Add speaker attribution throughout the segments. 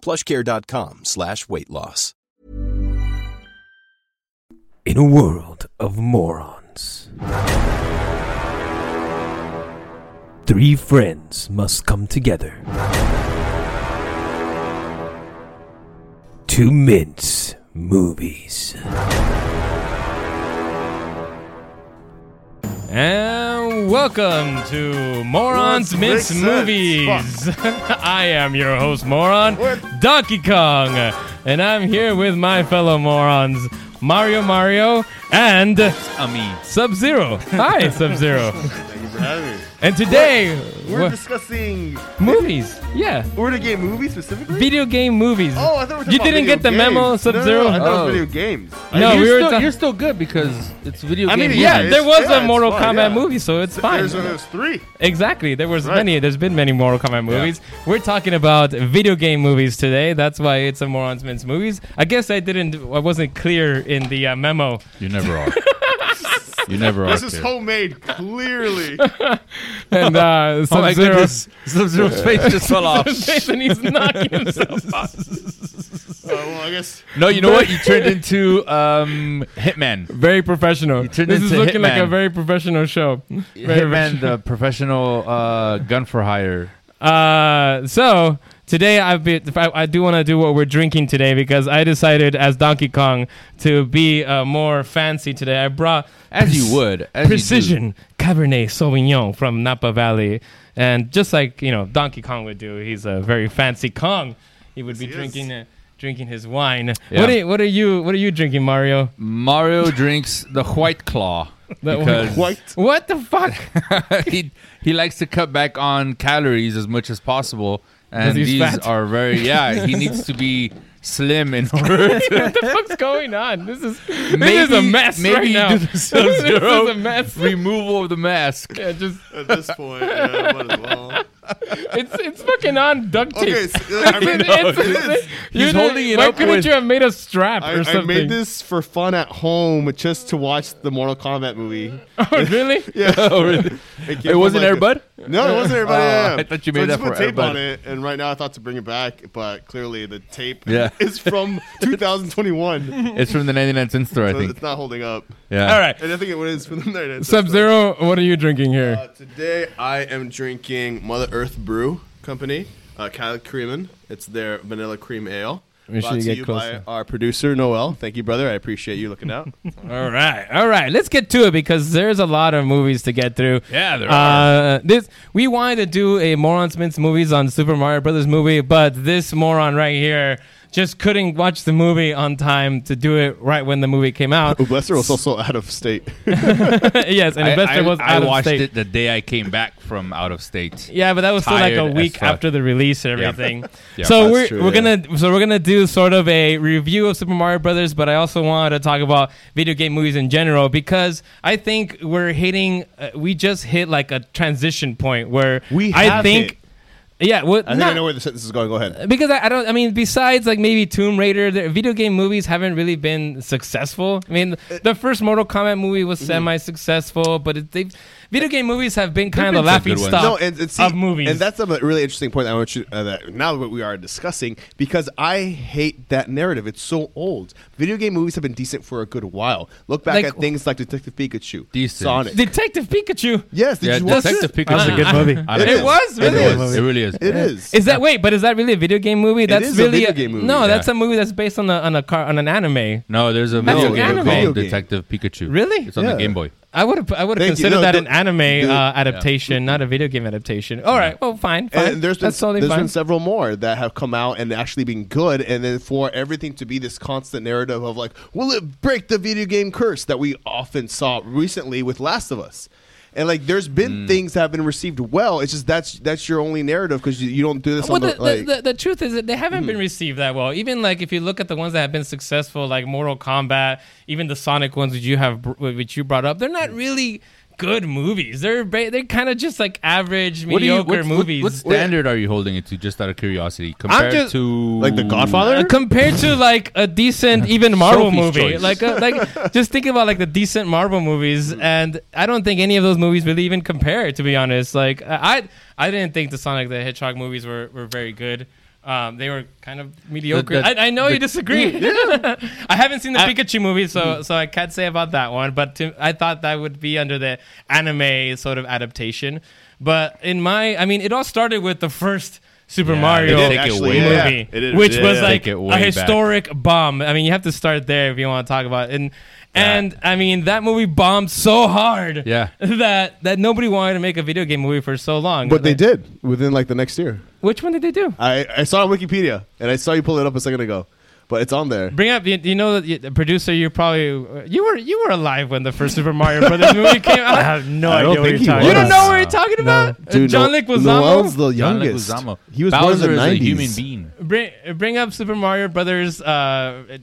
Speaker 1: Plushcare.com slash weight loss.
Speaker 2: In a world of morons, three friends must come together to mince movies.
Speaker 3: And welcome to Morons
Speaker 4: Let's
Speaker 3: Mince
Speaker 4: make sense.
Speaker 3: Movies. I am your host, Moron Donkey Kong, and I'm here with my fellow morons, Mario Mario and Sub Zero. Hi, Sub Zero. And today,
Speaker 4: We're
Speaker 3: we're-
Speaker 4: discussing.
Speaker 3: movies. Yeah,
Speaker 4: We're to game movies specifically.
Speaker 3: video game movies.
Speaker 4: oh, I thought we were talking
Speaker 3: you
Speaker 4: about
Speaker 3: didn't
Speaker 4: video
Speaker 3: get the
Speaker 4: games.
Speaker 3: memo, Sub
Speaker 4: No,
Speaker 3: Zero.
Speaker 4: no, no, I thought
Speaker 5: Oh.
Speaker 4: it was video games.
Speaker 3: No,
Speaker 5: you're,
Speaker 3: we were
Speaker 5: still,
Speaker 3: ta-
Speaker 5: you're still good because it's video
Speaker 4: I
Speaker 5: game.
Speaker 4: mean,
Speaker 5: movie.
Speaker 3: yeah,
Speaker 4: it's-
Speaker 3: there was
Speaker 4: yeah,
Speaker 3: a
Speaker 4: it's
Speaker 3: Mortal
Speaker 4: fun,
Speaker 3: Kombat
Speaker 4: yeah.
Speaker 3: movie, so it's fine.
Speaker 4: There's, there's three.
Speaker 3: Exactly. There was
Speaker 4: Right.
Speaker 3: many. There's been many Mortal Kombat movies. We're talking about video game movies today. That's why it's a Morons Men's Movies. I guess I didn't. I wasn't clear in the uh, memo.
Speaker 6: You never are. you never are.
Speaker 4: This is
Speaker 6: kid.
Speaker 4: homemade, clearly. Uh,
Speaker 3: And uh,
Speaker 5: Oh my
Speaker 3: Sub-Zero-
Speaker 5: goodness, Sub-Zero's face just fell off.
Speaker 3: Jason, he's knocking himself out.
Speaker 4: so, well, I guess.
Speaker 6: no, you know what? You turned into um, Hitman.
Speaker 3: Very professional.
Speaker 6: turned
Speaker 3: This is
Speaker 6: into
Speaker 3: looking like a
Speaker 6: Hitman.
Speaker 3: very professional show. Very
Speaker 6: Hitman, the professional uh, gun for hire.
Speaker 3: Uh, so today I've been, I, I do want to do what we're drinking today because I decided as Donkey Kong to be uh, more fancy today. I brought
Speaker 6: As you would, as you do.
Speaker 3: precision Cabernet Sauvignon from Napa Valley, and just like you know Donkey Kong would do, he's a very fancy Kong. He would be
Speaker 4: he is.
Speaker 3: drinking. Uh, Drinking his wine.
Speaker 6: Yeah.
Speaker 3: What, are, what are you? What are you drinking, Mario? Uh,
Speaker 6: Mario drinks the White Claw
Speaker 3: The
Speaker 6: because
Speaker 3: What the fuck?
Speaker 6: he he likes to cut back on calories as much as possible, and
Speaker 3: he's
Speaker 6: these
Speaker 3: fat.
Speaker 6: are very yeah. He needs to be slim in order to
Speaker 3: what the fuck's going on? This is this is a
Speaker 6: Maybe-
Speaker 3: mess
Speaker 6: maybe
Speaker 3: right
Speaker 6: you
Speaker 3: now.
Speaker 6: do the
Speaker 3: this is
Speaker 6: Sub-Zero.
Speaker 3: a mess.
Speaker 6: removal of the mask.
Speaker 3: Yeah, just
Speaker 4: At this point, yeah, might as well.
Speaker 3: It's it's fucking on duct tape.
Speaker 4: Okay, so, I mean, it
Speaker 3: It's-
Speaker 4: is.
Speaker 3: you
Speaker 6: He's
Speaker 3: didn't-
Speaker 6: holding it
Speaker 3: Why
Speaker 6: up
Speaker 3: couldn't
Speaker 6: with-
Speaker 3: you have made a strap or
Speaker 4: I,
Speaker 3: something?
Speaker 4: I made this for fun at home just to watch the Mortal Kombat movie.
Speaker 3: Oh, really?
Speaker 6: Oh, really?
Speaker 4: It,
Speaker 6: It wasn't Air
Speaker 4: everybody.
Speaker 6: Bud.
Speaker 4: No, it wasn't everybody.
Speaker 6: Oh,
Speaker 4: yeah.
Speaker 6: I thought you made
Speaker 4: so I
Speaker 6: that
Speaker 4: just put
Speaker 6: for
Speaker 4: tape
Speaker 6: Air Bud.
Speaker 4: on it, and right now I thought to bring it back, but clearly the tape
Speaker 6: Yeah.
Speaker 4: is from 2021,
Speaker 6: It's from the 99 cent store, I
Speaker 4: so
Speaker 6: think.
Speaker 4: it's not holding up.
Speaker 6: Yeah.
Speaker 3: All right.
Speaker 4: And I think it is from the night.
Speaker 3: Sub Zero, what are you drinking here?
Speaker 4: Uh, today I am drinking Mother Earth Brew Company, uh, Cali Creamin. It's their vanilla cream ale.
Speaker 3: Make sure
Speaker 4: Brought
Speaker 3: you
Speaker 4: to
Speaker 3: get
Speaker 4: you
Speaker 3: closer.
Speaker 4: by our producer Noel. Thank you, brother. I appreciate you looking out.
Speaker 3: all right, all right. Let's get to it because there's a lot of movies to get through.
Speaker 6: Yeah, there
Speaker 3: Uh, this we wanted to do a Moron Smith's movies on Super Mario Brothers movie, but this moron right here just couldn't watch the movie on time to do it right when the movie came out.
Speaker 4: Blesser was also out of state.
Speaker 3: yes, and
Speaker 6: I,
Speaker 3: Investor
Speaker 6: I-
Speaker 3: was
Speaker 6: I
Speaker 3: out of
Speaker 6: watched
Speaker 3: state.
Speaker 6: it the day I came back from out of state.
Speaker 3: Yeah, but that was still like a
Speaker 6: Tired
Speaker 3: week
Speaker 6: as fuck.
Speaker 3: after the release and
Speaker 6: Yeah.
Speaker 3: everything.
Speaker 6: Yeah.
Speaker 3: so
Speaker 6: That's
Speaker 3: we're
Speaker 6: true,
Speaker 3: we're
Speaker 6: yeah.
Speaker 3: gonna so we're gonna do sort of a review of Super Mario Brothers, but I also wanted to talk about video game movies in general because I think we're hitting uh, we just hit like a transition point where
Speaker 4: We
Speaker 3: I
Speaker 4: have
Speaker 3: think yeah, well,
Speaker 4: I think I
Speaker 3: not-
Speaker 4: know where this this is going. Go ahead.
Speaker 3: because I, I don't. I mean, besides like maybe Tomb Raider, the video game movies haven't really been successful. I mean, the first Mortal Kombat movie was semi-successful, but it, they've Video game movies have been kind
Speaker 6: been
Speaker 3: of the
Speaker 6: some
Speaker 3: laughing
Speaker 6: good ones.
Speaker 3: stock
Speaker 6: No,
Speaker 4: and, and see,
Speaker 3: of movies.
Speaker 4: and that's a really interesting point. That I want you uh, that now that we are discussing because I hate that narrative. It's so old. Video game movies have been decent for a good while. Look back
Speaker 3: Like-
Speaker 4: at things like Detective Pikachu,
Speaker 6: Decent.
Speaker 4: Sonic.
Speaker 3: Detective Pikachu.
Speaker 4: yes, did
Speaker 6: Yeah,
Speaker 4: you watch
Speaker 6: Detective
Speaker 4: it?
Speaker 6: Pikachu. That's
Speaker 7: a good movie.
Speaker 6: I
Speaker 4: It
Speaker 6: like
Speaker 4: is.
Speaker 3: was, really?
Speaker 6: It, was. it really is.
Speaker 4: It is.
Speaker 3: Is that wait? But is that really a video game movie? That's
Speaker 4: is a
Speaker 3: really
Speaker 4: video game movie,
Speaker 3: No,
Speaker 4: yeah.
Speaker 3: that's a movie that's based on a on a car on an anime.
Speaker 6: No, there's a
Speaker 3: That's
Speaker 6: video
Speaker 3: an
Speaker 6: game
Speaker 3: anime.
Speaker 6: called
Speaker 4: Video game.
Speaker 6: Detective Pikachu.
Speaker 3: Really?
Speaker 6: It's on
Speaker 4: Yeah.
Speaker 6: the Game Boy.
Speaker 3: I would have I would have
Speaker 4: Thank you.
Speaker 3: considered
Speaker 4: No,
Speaker 3: that
Speaker 4: the-
Speaker 3: an anime
Speaker 4: the-
Speaker 3: uh, adaptation, not a video game adaptation. All right, well, fine, fine.
Speaker 4: And there's been
Speaker 3: that's totally
Speaker 4: there's
Speaker 3: fine.
Speaker 4: been several more that have come out and actually been good, and then for everything to be this constant narrative of like, will it break the video game curse that we often saw recently with Last of Us, and like there's been
Speaker 6: Mm.
Speaker 4: things that have been received well. It's just that's that's your only narrative because you, you don't do this
Speaker 3: well,
Speaker 4: on the,
Speaker 3: the,
Speaker 4: like. Hmm.
Speaker 3: the, the, the truth is that they haven't been received that well. Even like if you look at the ones that have been successful, like Mortal Kombat, even the Sonic ones which you have br- which you brought up, they're
Speaker 4: Hmm.
Speaker 3: not really good movies. They're ba- they're kind of just like average,
Speaker 6: What do you-
Speaker 3: mediocre
Speaker 6: what's- what-
Speaker 3: movies.
Speaker 6: What, standard are you holding it to? Just out of curiosity, compared
Speaker 3: just-
Speaker 6: to
Speaker 4: like the Godfather,
Speaker 3: Uh, compared to like a decent even Marvel
Speaker 6: Sophie's
Speaker 3: movie.
Speaker 6: Choice.
Speaker 3: Like a, like just think about like the decent Marvel movies and I don't think any of those movies really even compare to be honest. Like I I didn't think the Sonic the Hedgehog movies were, were very good. Um, they were kind of mediocre.
Speaker 6: The- the-
Speaker 3: I, I know
Speaker 6: the-
Speaker 3: you disagree. I haven't seen the
Speaker 6: Uh,
Speaker 3: Pikachu movie,
Speaker 6: mm.
Speaker 3: so so I can't say about that one. But to, I thought that would be under the anime sort of adaptation. But in my, I mean, it all started with the first Super
Speaker 6: Yeah,
Speaker 3: Mario
Speaker 6: they take it
Speaker 3: actually,
Speaker 6: way back.
Speaker 3: movie,
Speaker 4: It is-
Speaker 3: which
Speaker 4: yeah.
Speaker 3: was
Speaker 4: Take
Speaker 3: like
Speaker 6: it way
Speaker 3: a
Speaker 6: back.
Speaker 3: historic bomb. I mean, you have to start there if you want to talk about it. And and I mean, that movie bombed so hard,
Speaker 6: Yeah.
Speaker 3: that that nobody wanted to make a video game movie for so long.
Speaker 4: but they did within like the next year.
Speaker 3: Which one did they do?
Speaker 4: I I saw it on Wikipedia and I saw you pull it up a second ago, but it's on there.
Speaker 3: Bring up, you, you know, the the producer. You probably you were you were alive when the first Super Mario Brothers movie came
Speaker 7: I
Speaker 3: out.
Speaker 7: have no
Speaker 4: I don't
Speaker 7: idea what
Speaker 4: think
Speaker 7: you're
Speaker 4: he
Speaker 7: talking
Speaker 3: You
Speaker 4: was.
Speaker 3: don't
Speaker 7: about.
Speaker 3: know what you're talking about, Uh, John
Speaker 4: No-
Speaker 3: Leguizamo.
Speaker 4: Noel's the
Speaker 6: John
Speaker 4: youngest.
Speaker 6: Leguizamo.
Speaker 4: He was born in
Speaker 6: Bowser
Speaker 4: the
Speaker 6: is a
Speaker 4: nineties.
Speaker 6: human being.
Speaker 3: Bring bring up Super Mario Brothers, uh,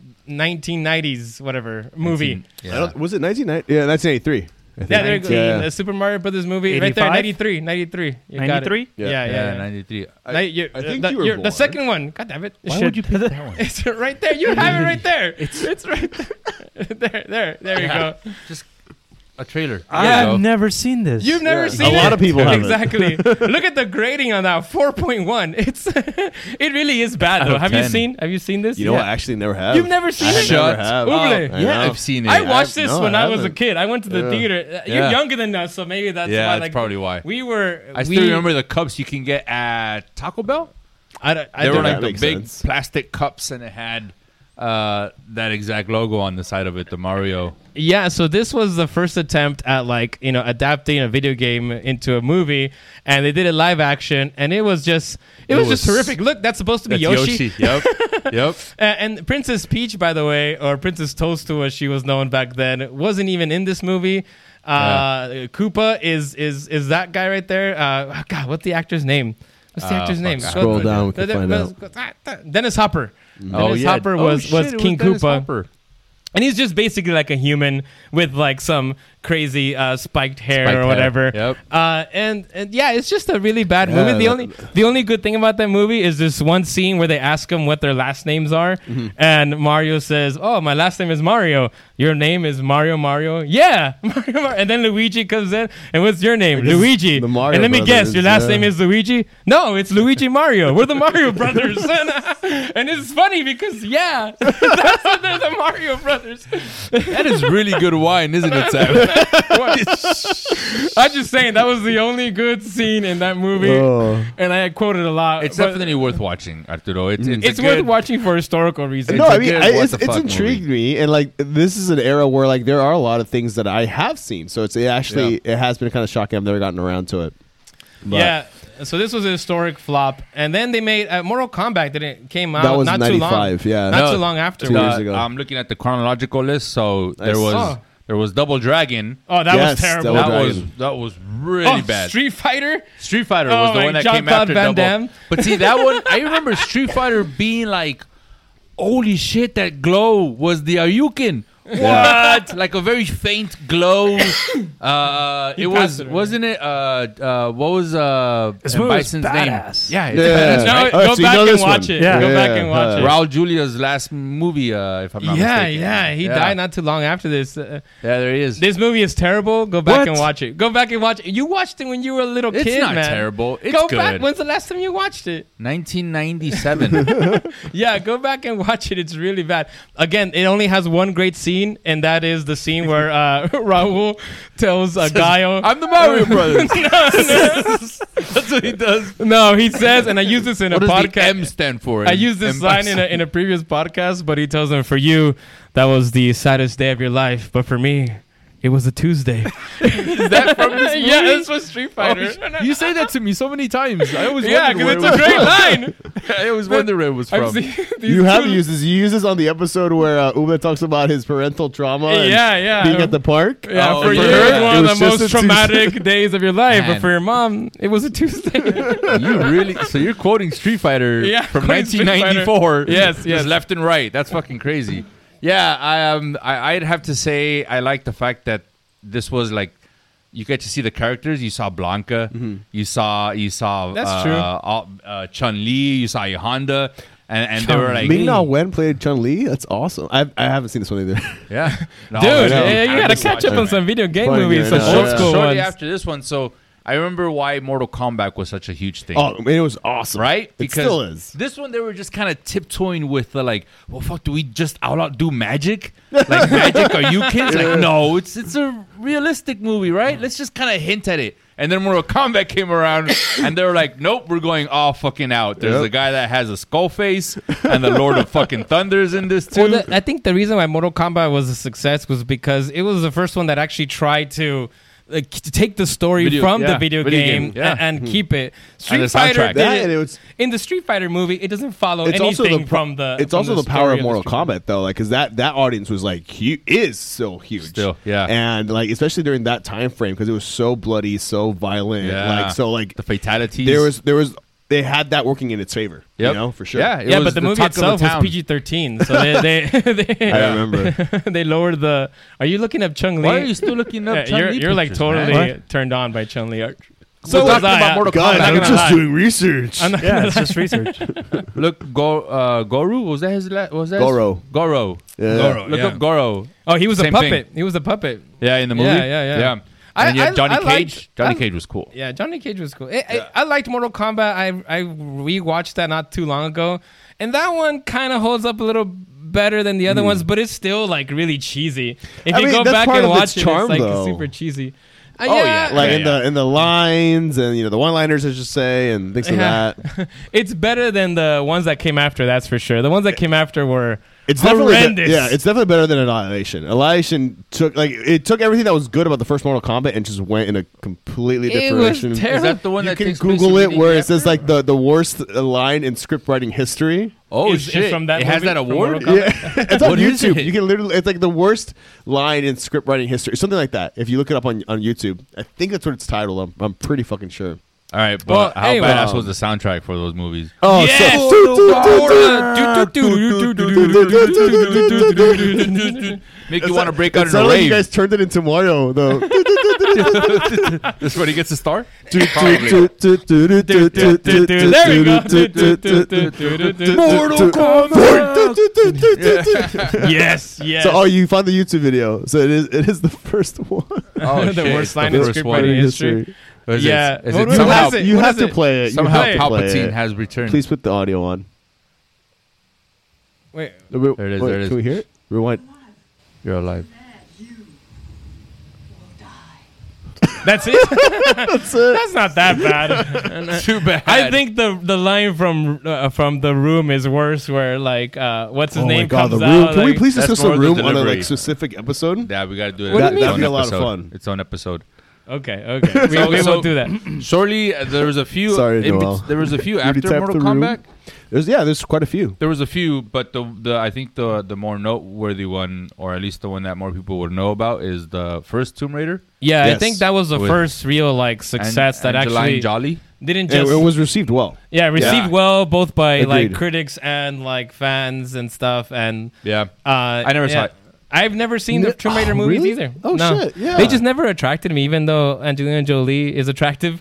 Speaker 3: 1990s whatever movie.
Speaker 4: I don't, was it 1990? Yeah, 1983. I think.
Speaker 3: Yeah, there you go.
Speaker 4: Yeah.
Speaker 3: The Super Mario Brothers movie right there,
Speaker 7: 85?
Speaker 3: 93, 93. You got it.
Speaker 7: 93?
Speaker 3: Yeah,
Speaker 4: Yeah.
Speaker 3: yeah.
Speaker 6: Yeah,
Speaker 3: yeah.
Speaker 6: ninety-three.
Speaker 3: Now you-
Speaker 4: I think
Speaker 3: the,
Speaker 4: you were
Speaker 3: you're- the
Speaker 4: born.
Speaker 3: second one. God damn it!
Speaker 7: Why
Speaker 3: Shit.
Speaker 7: would you pick that one?
Speaker 3: It's right there. You have it right there. it's it's right there. there, there, there you go.
Speaker 6: A trailer.
Speaker 3: Ah,
Speaker 7: I've never seen this.
Speaker 3: You've never
Speaker 4: Yeah.
Speaker 3: seen
Speaker 4: A lot
Speaker 3: it.
Speaker 4: of people haven't.
Speaker 3: exactly. Look at the grading on that 4.1. It's it really is bad
Speaker 6: Out
Speaker 3: though.
Speaker 6: of
Speaker 3: Have you
Speaker 6: 10.
Speaker 3: seen? Have you seen this?
Speaker 4: You know, what? I
Speaker 3: yeah.
Speaker 4: actually never have.
Speaker 3: You've never
Speaker 4: I
Speaker 3: seen it?
Speaker 4: never
Speaker 6: Shut
Speaker 4: have.
Speaker 3: up.
Speaker 4: I
Speaker 6: Yeah,
Speaker 4: know.
Speaker 6: I've seen it.
Speaker 3: I watched this
Speaker 4: no,
Speaker 3: when I, was a
Speaker 4: haven't.
Speaker 3: kid. I went to the
Speaker 4: Yeah.
Speaker 3: theater. Uh, You're
Speaker 6: Yeah.
Speaker 3: younger than us, so maybe that's
Speaker 6: Yeah,
Speaker 3: why.
Speaker 6: that's
Speaker 3: like,
Speaker 6: probably why.
Speaker 3: we were.
Speaker 6: I
Speaker 3: we,
Speaker 6: still remember the cups you can get at Taco Bell.
Speaker 3: I, don't- I
Speaker 6: They were
Speaker 3: don't-
Speaker 6: like
Speaker 4: That
Speaker 6: the big
Speaker 4: makes sense.
Speaker 6: plastic cups, and it had uh, that exact logo on the side of it, the Mario.
Speaker 3: Yeah, so this was the first attempt at like, you know, adapting a video game into a movie and they did it live action and it was just
Speaker 6: It
Speaker 3: it, was, just
Speaker 6: was-
Speaker 3: horrific. Look, that's supposed to be
Speaker 6: That's
Speaker 3: Yoshi.
Speaker 6: Yoshi. Yep. yep.
Speaker 3: A- Uh, And Princess Peach, by the way, or Princess Toadstool as she was known back then, wasn't even in this movie. Uh, Koopa is is is that guy right there? Uh, oh God, what's the actor's name? What's the
Speaker 6: Uh,
Speaker 3: actor's
Speaker 6: fuck,
Speaker 3: name?
Speaker 6: I
Speaker 4: Scroll down, we can find
Speaker 3: Dennis Hopper. Dennis Hopper was
Speaker 6: Mm-hmm. Oh,
Speaker 3: was
Speaker 6: shit, it
Speaker 3: King
Speaker 6: Dennis
Speaker 3: Koopa.
Speaker 6: Hopper.
Speaker 3: And he's just basically like a human with like some crazy uh, spiked hair
Speaker 6: Spiked
Speaker 3: or
Speaker 6: hair,
Speaker 3: whatever.
Speaker 6: yep.
Speaker 3: Uh, and, and yeah, it's just a really bad movie. The
Speaker 4: that-
Speaker 3: only the only good thing about that movie is this one scene where they ask him what their last names are,
Speaker 6: Mm-hmm.
Speaker 3: and Mario says, "Oh, my last name is Mario. Your name is Mario Mario. Yeah, Mario. Mario. And then Luigi comes in, and what's your name?
Speaker 4: Like, this is
Speaker 3: Luigi.
Speaker 4: the Mario
Speaker 3: and let me guess,
Speaker 4: Brothers,
Speaker 3: your last
Speaker 4: yeah.
Speaker 3: name is Luigi. No, it's Luigi Mario. We're the Mario Brothers. and, and it's funny because yeah, that's what they're the Mario Brothers.
Speaker 6: That is really good wine, isn't it, Sam?
Speaker 3: I'm just saying that was the only good scene in that movie,
Speaker 4: Oh.
Speaker 3: and I quoted a lot.
Speaker 6: it's
Speaker 3: but
Speaker 6: definitely worth watching, Arturo. It's, it's, a
Speaker 3: it's worth
Speaker 6: good-
Speaker 3: watching for historical reasons.
Speaker 4: No,
Speaker 6: It's
Speaker 4: I
Speaker 6: a
Speaker 4: mean,
Speaker 6: good
Speaker 4: I,
Speaker 6: what
Speaker 4: it's,
Speaker 6: the
Speaker 4: it's
Speaker 6: fuck
Speaker 4: intrigued me, and like this is an era where like there are a lot of things that I have seen, so it's it actually it has been kind of shocking. I've never gotten around to it. But
Speaker 3: yeah. So this was a historic flop, and then they made uh, Mortal Kombat. That it came out
Speaker 4: That was
Speaker 3: not too long.
Speaker 4: 95, yeah.
Speaker 3: not
Speaker 6: No,
Speaker 3: too long after.
Speaker 4: two
Speaker 3: Uh,
Speaker 4: years ago.
Speaker 6: I'm looking at the chronological list, so there was
Speaker 3: Oh.
Speaker 6: there was Double Dragon.
Speaker 3: Oh, that
Speaker 4: Yes,
Speaker 3: was terrible.
Speaker 4: Double
Speaker 6: that
Speaker 4: Dragon.
Speaker 6: was that was really
Speaker 3: oh,
Speaker 6: bad.
Speaker 3: Street Fighter.
Speaker 6: Street Fighter
Speaker 3: Oh
Speaker 6: was the
Speaker 3: my
Speaker 6: one that
Speaker 3: Jean-Claude
Speaker 6: came after
Speaker 3: Van
Speaker 6: Double.
Speaker 3: Damme.
Speaker 6: But see that one, I remember Street Fighter being like, "Holy shit, that glow was the Ayukin." What? like a very faint glow. Uh, it was
Speaker 3: passed it already.
Speaker 6: wasn't it? Uh, uh, what was uh
Speaker 7: This movie was
Speaker 6: Bison's name?
Speaker 7: badass.
Speaker 6: Yeah, it's
Speaker 4: Yeah.
Speaker 6: badass,
Speaker 3: No,
Speaker 6: right?
Speaker 4: All right,
Speaker 3: go
Speaker 4: so you
Speaker 3: back
Speaker 4: know
Speaker 3: and
Speaker 4: this
Speaker 3: watch
Speaker 4: one.
Speaker 3: it. Go
Speaker 4: Yeah.
Speaker 3: back and watch it.
Speaker 6: Raul Julia's last movie, uh, if I'm not
Speaker 3: Yeah,
Speaker 6: mistaken.
Speaker 3: yeah, he died not too long after this. Uh,
Speaker 6: Yeah, there he is.
Speaker 3: this movie is terrible. Go back
Speaker 6: What?
Speaker 3: and watch it. Go back and watch it. You watched it when you were a little
Speaker 6: it's
Speaker 3: kid,
Speaker 6: not
Speaker 3: man.
Speaker 6: terrible. It's
Speaker 3: go
Speaker 6: good.
Speaker 3: back. When's the last time you watched it?
Speaker 6: 1997.
Speaker 3: Yeah, go back and watch it. It's really bad. Again, it only has one great scene, and that is the scene where uh, Raul tells a guy.
Speaker 6: I'm the Mario Brothers.
Speaker 3: That's what he does. No, he says, and I use this in
Speaker 6: what
Speaker 3: a
Speaker 6: does the
Speaker 3: podcast.
Speaker 6: M stand for?
Speaker 3: I used this line in a, in a previous podcast, but he tells them, "For you, that was the saddest day of your life, but for me, it was a Tuesday."
Speaker 6: Is that from this movie?
Speaker 3: yeah, that's from Street
Speaker 6: Oh,
Speaker 3: Fighter.
Speaker 6: you say that to me so many times. I always
Speaker 3: yeah,
Speaker 6: wonder
Speaker 3: because it's
Speaker 6: where
Speaker 3: a
Speaker 6: it was
Speaker 3: great line.
Speaker 6: from. I always wonder where it was
Speaker 3: I've
Speaker 6: from.
Speaker 3: seen these
Speaker 4: You have
Speaker 3: two-
Speaker 4: used this. You use this on the episode where uh, Uma talks about his parental trauma. and
Speaker 3: Yeah, yeah.
Speaker 4: Being at the park.
Speaker 3: Yeah,
Speaker 6: Oh,
Speaker 3: for
Speaker 6: yeah.
Speaker 3: you, it was
Speaker 6: It
Speaker 3: one
Speaker 4: was
Speaker 3: of the
Speaker 4: just a
Speaker 3: most traumatic days of your life,
Speaker 6: Man. Oh,
Speaker 3: but for your mom, it was a Tuesday.
Speaker 6: You really? So you're quoting Street Fighter
Speaker 3: Yeah,
Speaker 6: from
Speaker 3: quoting Street Fighter.
Speaker 6: 1994?
Speaker 3: Yes,
Speaker 6: just
Speaker 3: yes.
Speaker 6: left and right. That's fucking crazy. Yeah, I, um, I, I'd have to say I like the fact that this was like you get to see the characters. You saw Blanca. You saw you saw
Speaker 3: Mm-hmm. That's
Speaker 6: uh,
Speaker 3: true.
Speaker 6: Uh, uh, Chun Li. You saw Honda. And, and they were like,
Speaker 4: Ming Na Wen played Chun Li. That's awesome. I, I haven't seen this one either.
Speaker 6: yeah, No,
Speaker 3: Dude,
Speaker 4: know.
Speaker 3: yeah, you
Speaker 6: I
Speaker 3: gotta
Speaker 6: just
Speaker 3: catch
Speaker 6: watched
Speaker 3: up
Speaker 6: it,
Speaker 3: on
Speaker 6: man.
Speaker 3: some video game
Speaker 4: Funny,
Speaker 3: movies,
Speaker 4: yeah.
Speaker 3: some
Speaker 4: Yeah.
Speaker 3: old school
Speaker 6: Shortly
Speaker 3: ones.
Speaker 6: after this one, so I remember why Mortal Kombat was such a huge thing.
Speaker 4: oh, man, it was awesome.
Speaker 6: right?
Speaker 4: It still is.
Speaker 6: This one they were just kind of tiptoeing with the like, well, fuck, do we just out out do magic? Like magic? Are you kids? Like, no, it's it's a realistic movie, right? Let's just kind of hint at it. And then Mortal Kombat came around, and they were like, "Nope, we're going all fucking out." There's
Speaker 4: Yep.
Speaker 6: a guy that has a skull face, and the Lord of fucking Thunders in this too.
Speaker 3: Well, the, I think the reason why Mortal Kombat was a success was because it was the first one that actually tried to like to take the story
Speaker 6: Video-
Speaker 3: from
Speaker 6: yeah,
Speaker 3: the video,
Speaker 6: video
Speaker 3: game,
Speaker 6: game, yeah. Hmm.
Speaker 3: a- and keep it. Street
Speaker 6: And the
Speaker 3: Fighter
Speaker 6: soundtrack.
Speaker 3: did
Speaker 4: That
Speaker 3: it-
Speaker 4: and it was-
Speaker 3: in the Street Fighter movie. It doesn't follow
Speaker 4: pro-
Speaker 3: anything from the.
Speaker 4: It's
Speaker 3: from
Speaker 4: also the, power
Speaker 3: story
Speaker 4: of Mortal
Speaker 3: the Street-
Speaker 4: Kombat though, like because that that audience was like hu- is so huge,
Speaker 6: Still, yeah.
Speaker 4: and like especially during that time frame because it was so bloody, so violent,
Speaker 6: Yeah.
Speaker 4: like so like
Speaker 6: the fatalities.
Speaker 4: there was there was they had that working in its favor,
Speaker 6: Yep.
Speaker 4: you know for sure.
Speaker 6: Yeah, it
Speaker 3: Yeah,
Speaker 6: was
Speaker 3: but the, movie
Speaker 6: talk of
Speaker 3: itself was
Speaker 6: town.
Speaker 3: PG thirteen, so they they, they,
Speaker 4: I remember.
Speaker 3: they lowered the. Are you looking up Chung Li?
Speaker 6: Why are you still looking up?
Speaker 3: you're, you're like totally turned on by Chun Li. So
Speaker 6: We're
Speaker 3: was
Speaker 6: talking
Speaker 3: I.
Speaker 6: about Mortal
Speaker 4: God,
Speaker 6: Kombat.
Speaker 3: I'm
Speaker 4: I'm
Speaker 3: not
Speaker 4: just
Speaker 3: gonna lie.
Speaker 4: doing research.
Speaker 3: I'm not
Speaker 7: Yeah, it's just research.
Speaker 6: Look, Go, uh, Goru was that his? La- was that his-
Speaker 4: Goro.
Speaker 6: Goro?
Speaker 4: Yeah.
Speaker 6: Goro. Look
Speaker 3: yeah.
Speaker 6: up Goro.
Speaker 3: Oh, he was
Speaker 6: Same
Speaker 3: a
Speaker 6: thing.
Speaker 3: puppet. He was a puppet.
Speaker 6: Yeah, in the movie.
Speaker 3: Yeah, yeah, yeah.
Speaker 6: yeah.
Speaker 3: I-
Speaker 6: And you have
Speaker 3: I-
Speaker 6: Johnny
Speaker 3: I liked-
Speaker 6: Cage. Johnny
Speaker 3: I-
Speaker 6: Cage was cool.
Speaker 3: Yeah, Johnny Cage was cool. I, I, I liked Mortal Kombat. I I rewatched that not too long ago, and that one kind of holds up a little better than the other ones, but it's still like really cheesy. If
Speaker 4: Hmm. I
Speaker 3: you
Speaker 4: mean,
Speaker 3: go
Speaker 4: that's
Speaker 3: back
Speaker 4: part
Speaker 3: and
Speaker 4: of its
Speaker 3: watch it,
Speaker 4: charm,
Speaker 3: it's like
Speaker 4: though.
Speaker 3: super cheesy. Uh,
Speaker 6: Oh,
Speaker 3: yeah,
Speaker 6: yeah.
Speaker 4: like
Speaker 6: Yeah,
Speaker 4: in the in the lines and you know the one liners I should say and things like
Speaker 3: Yeah.
Speaker 4: that.
Speaker 3: it's better than the ones that came after. That's for sure. The ones that came after were
Speaker 4: It's definitely
Speaker 3: horrendous.
Speaker 4: be- yeah, it's definitely better than Annihilation. Annihilation took like it took everything that was good about the first Mortal Kombat and just went in a completely
Speaker 3: It
Speaker 4: different
Speaker 3: was
Speaker 4: direction.
Speaker 3: terrible.
Speaker 6: Is that the one
Speaker 4: you
Speaker 6: that
Speaker 4: can
Speaker 6: takes place
Speaker 4: Google it
Speaker 6: immediately
Speaker 4: where it says
Speaker 6: after?
Speaker 4: like the, the worst uh, line in script writing history.
Speaker 6: Oh
Speaker 3: Is- is
Speaker 6: shit!
Speaker 3: from that
Speaker 6: it has
Speaker 3: movie,
Speaker 6: that
Speaker 3: from
Speaker 6: award.
Speaker 3: Mortal Kombat?
Speaker 4: Yeah, it's on
Speaker 6: What is
Speaker 4: YouTube.
Speaker 6: it?
Speaker 4: You can literally it's like the worst line in script writing history, something like that. If you look it up on on YouTube, I think that's what it's titled. I'm, I'm pretty fucking sure.
Speaker 6: All right, but
Speaker 3: Well,
Speaker 6: how
Speaker 3: anyway.
Speaker 6: badass was the soundtrack for those movies?
Speaker 4: Oh,
Speaker 3: Yes!
Speaker 6: Make you want to break out
Speaker 4: it
Speaker 6: in a
Speaker 4: sounded like you
Speaker 6: rave.
Speaker 4: guys turned it into Mario though.
Speaker 6: That's where he gets a star.
Speaker 3: There we go.
Speaker 4: Mortal Kombat.
Speaker 3: yes, yes.
Speaker 4: So, oh, you found the YouTube video. So it is. It is the first one.
Speaker 6: Oh
Speaker 3: The
Speaker 6: shit!
Speaker 3: worst
Speaker 6: it's
Speaker 3: line in
Speaker 6: first
Speaker 3: script
Speaker 6: one.
Speaker 3: writing.
Speaker 6: Is it-
Speaker 3: Yeah.
Speaker 6: is
Speaker 3: What
Speaker 6: it
Speaker 3: was
Speaker 4: You
Speaker 6: somehow
Speaker 4: have,
Speaker 3: it?
Speaker 4: you
Speaker 3: What
Speaker 4: have
Speaker 3: is
Speaker 4: to
Speaker 3: it?
Speaker 4: play it. You
Speaker 6: somehow
Speaker 4: have to play
Speaker 6: Palpatine
Speaker 4: it.
Speaker 6: has returned?
Speaker 4: Please put the audio on.
Speaker 3: Wait,
Speaker 4: There
Speaker 6: it is, there it is.
Speaker 4: Can we hear it? Rewind.
Speaker 6: You're alive.
Speaker 3: that's it.
Speaker 4: That's it.
Speaker 3: That's not that bad.
Speaker 6: Too bad.
Speaker 3: I think the the line from uh, from the room is worse. Where like, uh, what's his
Speaker 4: Oh
Speaker 3: name
Speaker 4: my god, the
Speaker 3: comes
Speaker 4: room.
Speaker 3: out.
Speaker 4: Can we
Speaker 3: like-
Speaker 4: please
Speaker 6: That's
Speaker 4: discuss
Speaker 6: more
Speaker 4: the
Speaker 6: of the
Speaker 4: room on a
Speaker 6: delivery.
Speaker 4: like specific episode?
Speaker 6: Yeah, we gotta do it.
Speaker 4: What do you
Speaker 6: It's
Speaker 4: mean?
Speaker 6: own
Speaker 4: That'd be a lot of
Speaker 6: episode.
Speaker 4: fun.
Speaker 6: Its own episode.
Speaker 3: Okay, okay. We,
Speaker 6: So-
Speaker 3: we
Speaker 6: so-
Speaker 3: won't do that.
Speaker 6: Surely uh, there was a few.
Speaker 4: Sorry,
Speaker 6: in bet-
Speaker 4: Noel.
Speaker 6: There was a few
Speaker 4: You already
Speaker 6: after
Speaker 4: tapped
Speaker 6: Mortal
Speaker 4: the room?
Speaker 6: Kombat.
Speaker 4: There's yeah. There's quite a few.
Speaker 6: There was a few, but the the I think the the more noteworthy one, or at least the one that more people would know about, is the first Tomb Raider.
Speaker 3: Yeah, I
Speaker 4: Yes.
Speaker 3: think that was the
Speaker 6: With-
Speaker 3: first real like
Speaker 6: and-
Speaker 3: success
Speaker 6: and
Speaker 3: that
Speaker 6: Jelani
Speaker 3: actually
Speaker 6: Jolly.
Speaker 3: didn't
Speaker 4: It,
Speaker 3: just
Speaker 4: it was received well.
Speaker 3: yeah received
Speaker 6: Yeah.
Speaker 3: well both by like
Speaker 4: Agreed.
Speaker 3: critics and like fans and stuff and
Speaker 6: Yeah,
Speaker 3: uh,
Speaker 6: I never saw
Speaker 3: yeah.
Speaker 6: it.
Speaker 3: I I've never seen the
Speaker 4: No-
Speaker 3: Tomb Raider
Speaker 4: oh,
Speaker 3: movies
Speaker 4: really?
Speaker 3: either.
Speaker 4: Oh,
Speaker 3: No.
Speaker 4: shit, yeah.
Speaker 3: They just never attracted me, even though Angelina Jolie is attractive.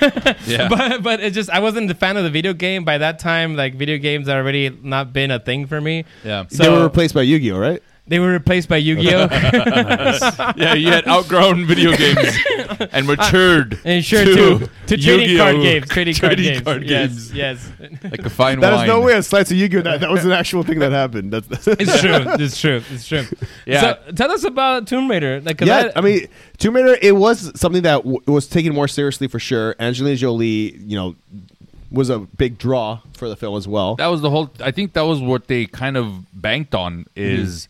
Speaker 3: but but it just I wasn't a fan of the video game by that time. Like video games had already not been a thing for me.
Speaker 6: Yeah.
Speaker 3: So
Speaker 4: they were replaced by Yu-Gi-Oh, right?
Speaker 3: replaced by Yu-Gi-Oh.
Speaker 6: yeah, you had outgrown video games and matured
Speaker 3: and sure to to trading card
Speaker 6: Yu-Gi-Oh!
Speaker 3: games, trading card
Speaker 6: Trading
Speaker 3: games.
Speaker 6: card
Speaker 3: yes,
Speaker 6: games.
Speaker 3: yes.
Speaker 6: like a fine
Speaker 4: That
Speaker 6: wine.
Speaker 4: is no way a slice of Yu-Gi-Oh. That, that was an actual thing that happened. That's,
Speaker 3: It's true. It's true. It's true.
Speaker 6: Yeah.
Speaker 3: So, tell us about Tomb Raider. Like, 'cause
Speaker 4: yeah,
Speaker 3: I-
Speaker 4: I mean, Tomb Raider. It was something that w- was taken more seriously for sure. Angelina Jolie, you know, was a big draw for the film as well.
Speaker 6: That was the whole. I think that was what they kind of banked on. Is
Speaker 3: Mm-hmm.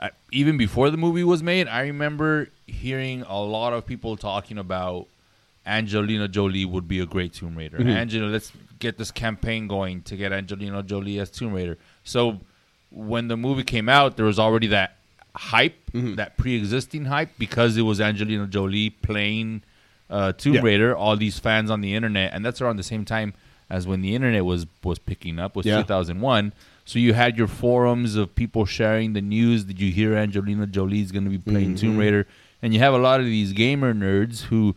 Speaker 6: I, even before the movie was made, I remember hearing a lot of people talking about Angelina Jolie would be a great Tomb Raider.
Speaker 4: Mm-hmm.
Speaker 6: Angela, let's get this campaign going to get Angelina Jolie as Tomb Raider. So when the movie came out, there was already that hype,
Speaker 4: Mm-hmm.
Speaker 6: that pre-existing hype, because it was Angelina Jolie playing uh, Tomb
Speaker 4: Yeah.
Speaker 6: Raider. All these fans on the internet, and that's around the same time as when the internet was was picking up, was
Speaker 4: Yeah.
Speaker 6: 2001. So you had your forums of people sharing the news. Did you hear Angelina Jolie's going to be playing
Speaker 4: Mm-hmm.
Speaker 6: Tomb Raider? And you have a lot of these gamer nerds who,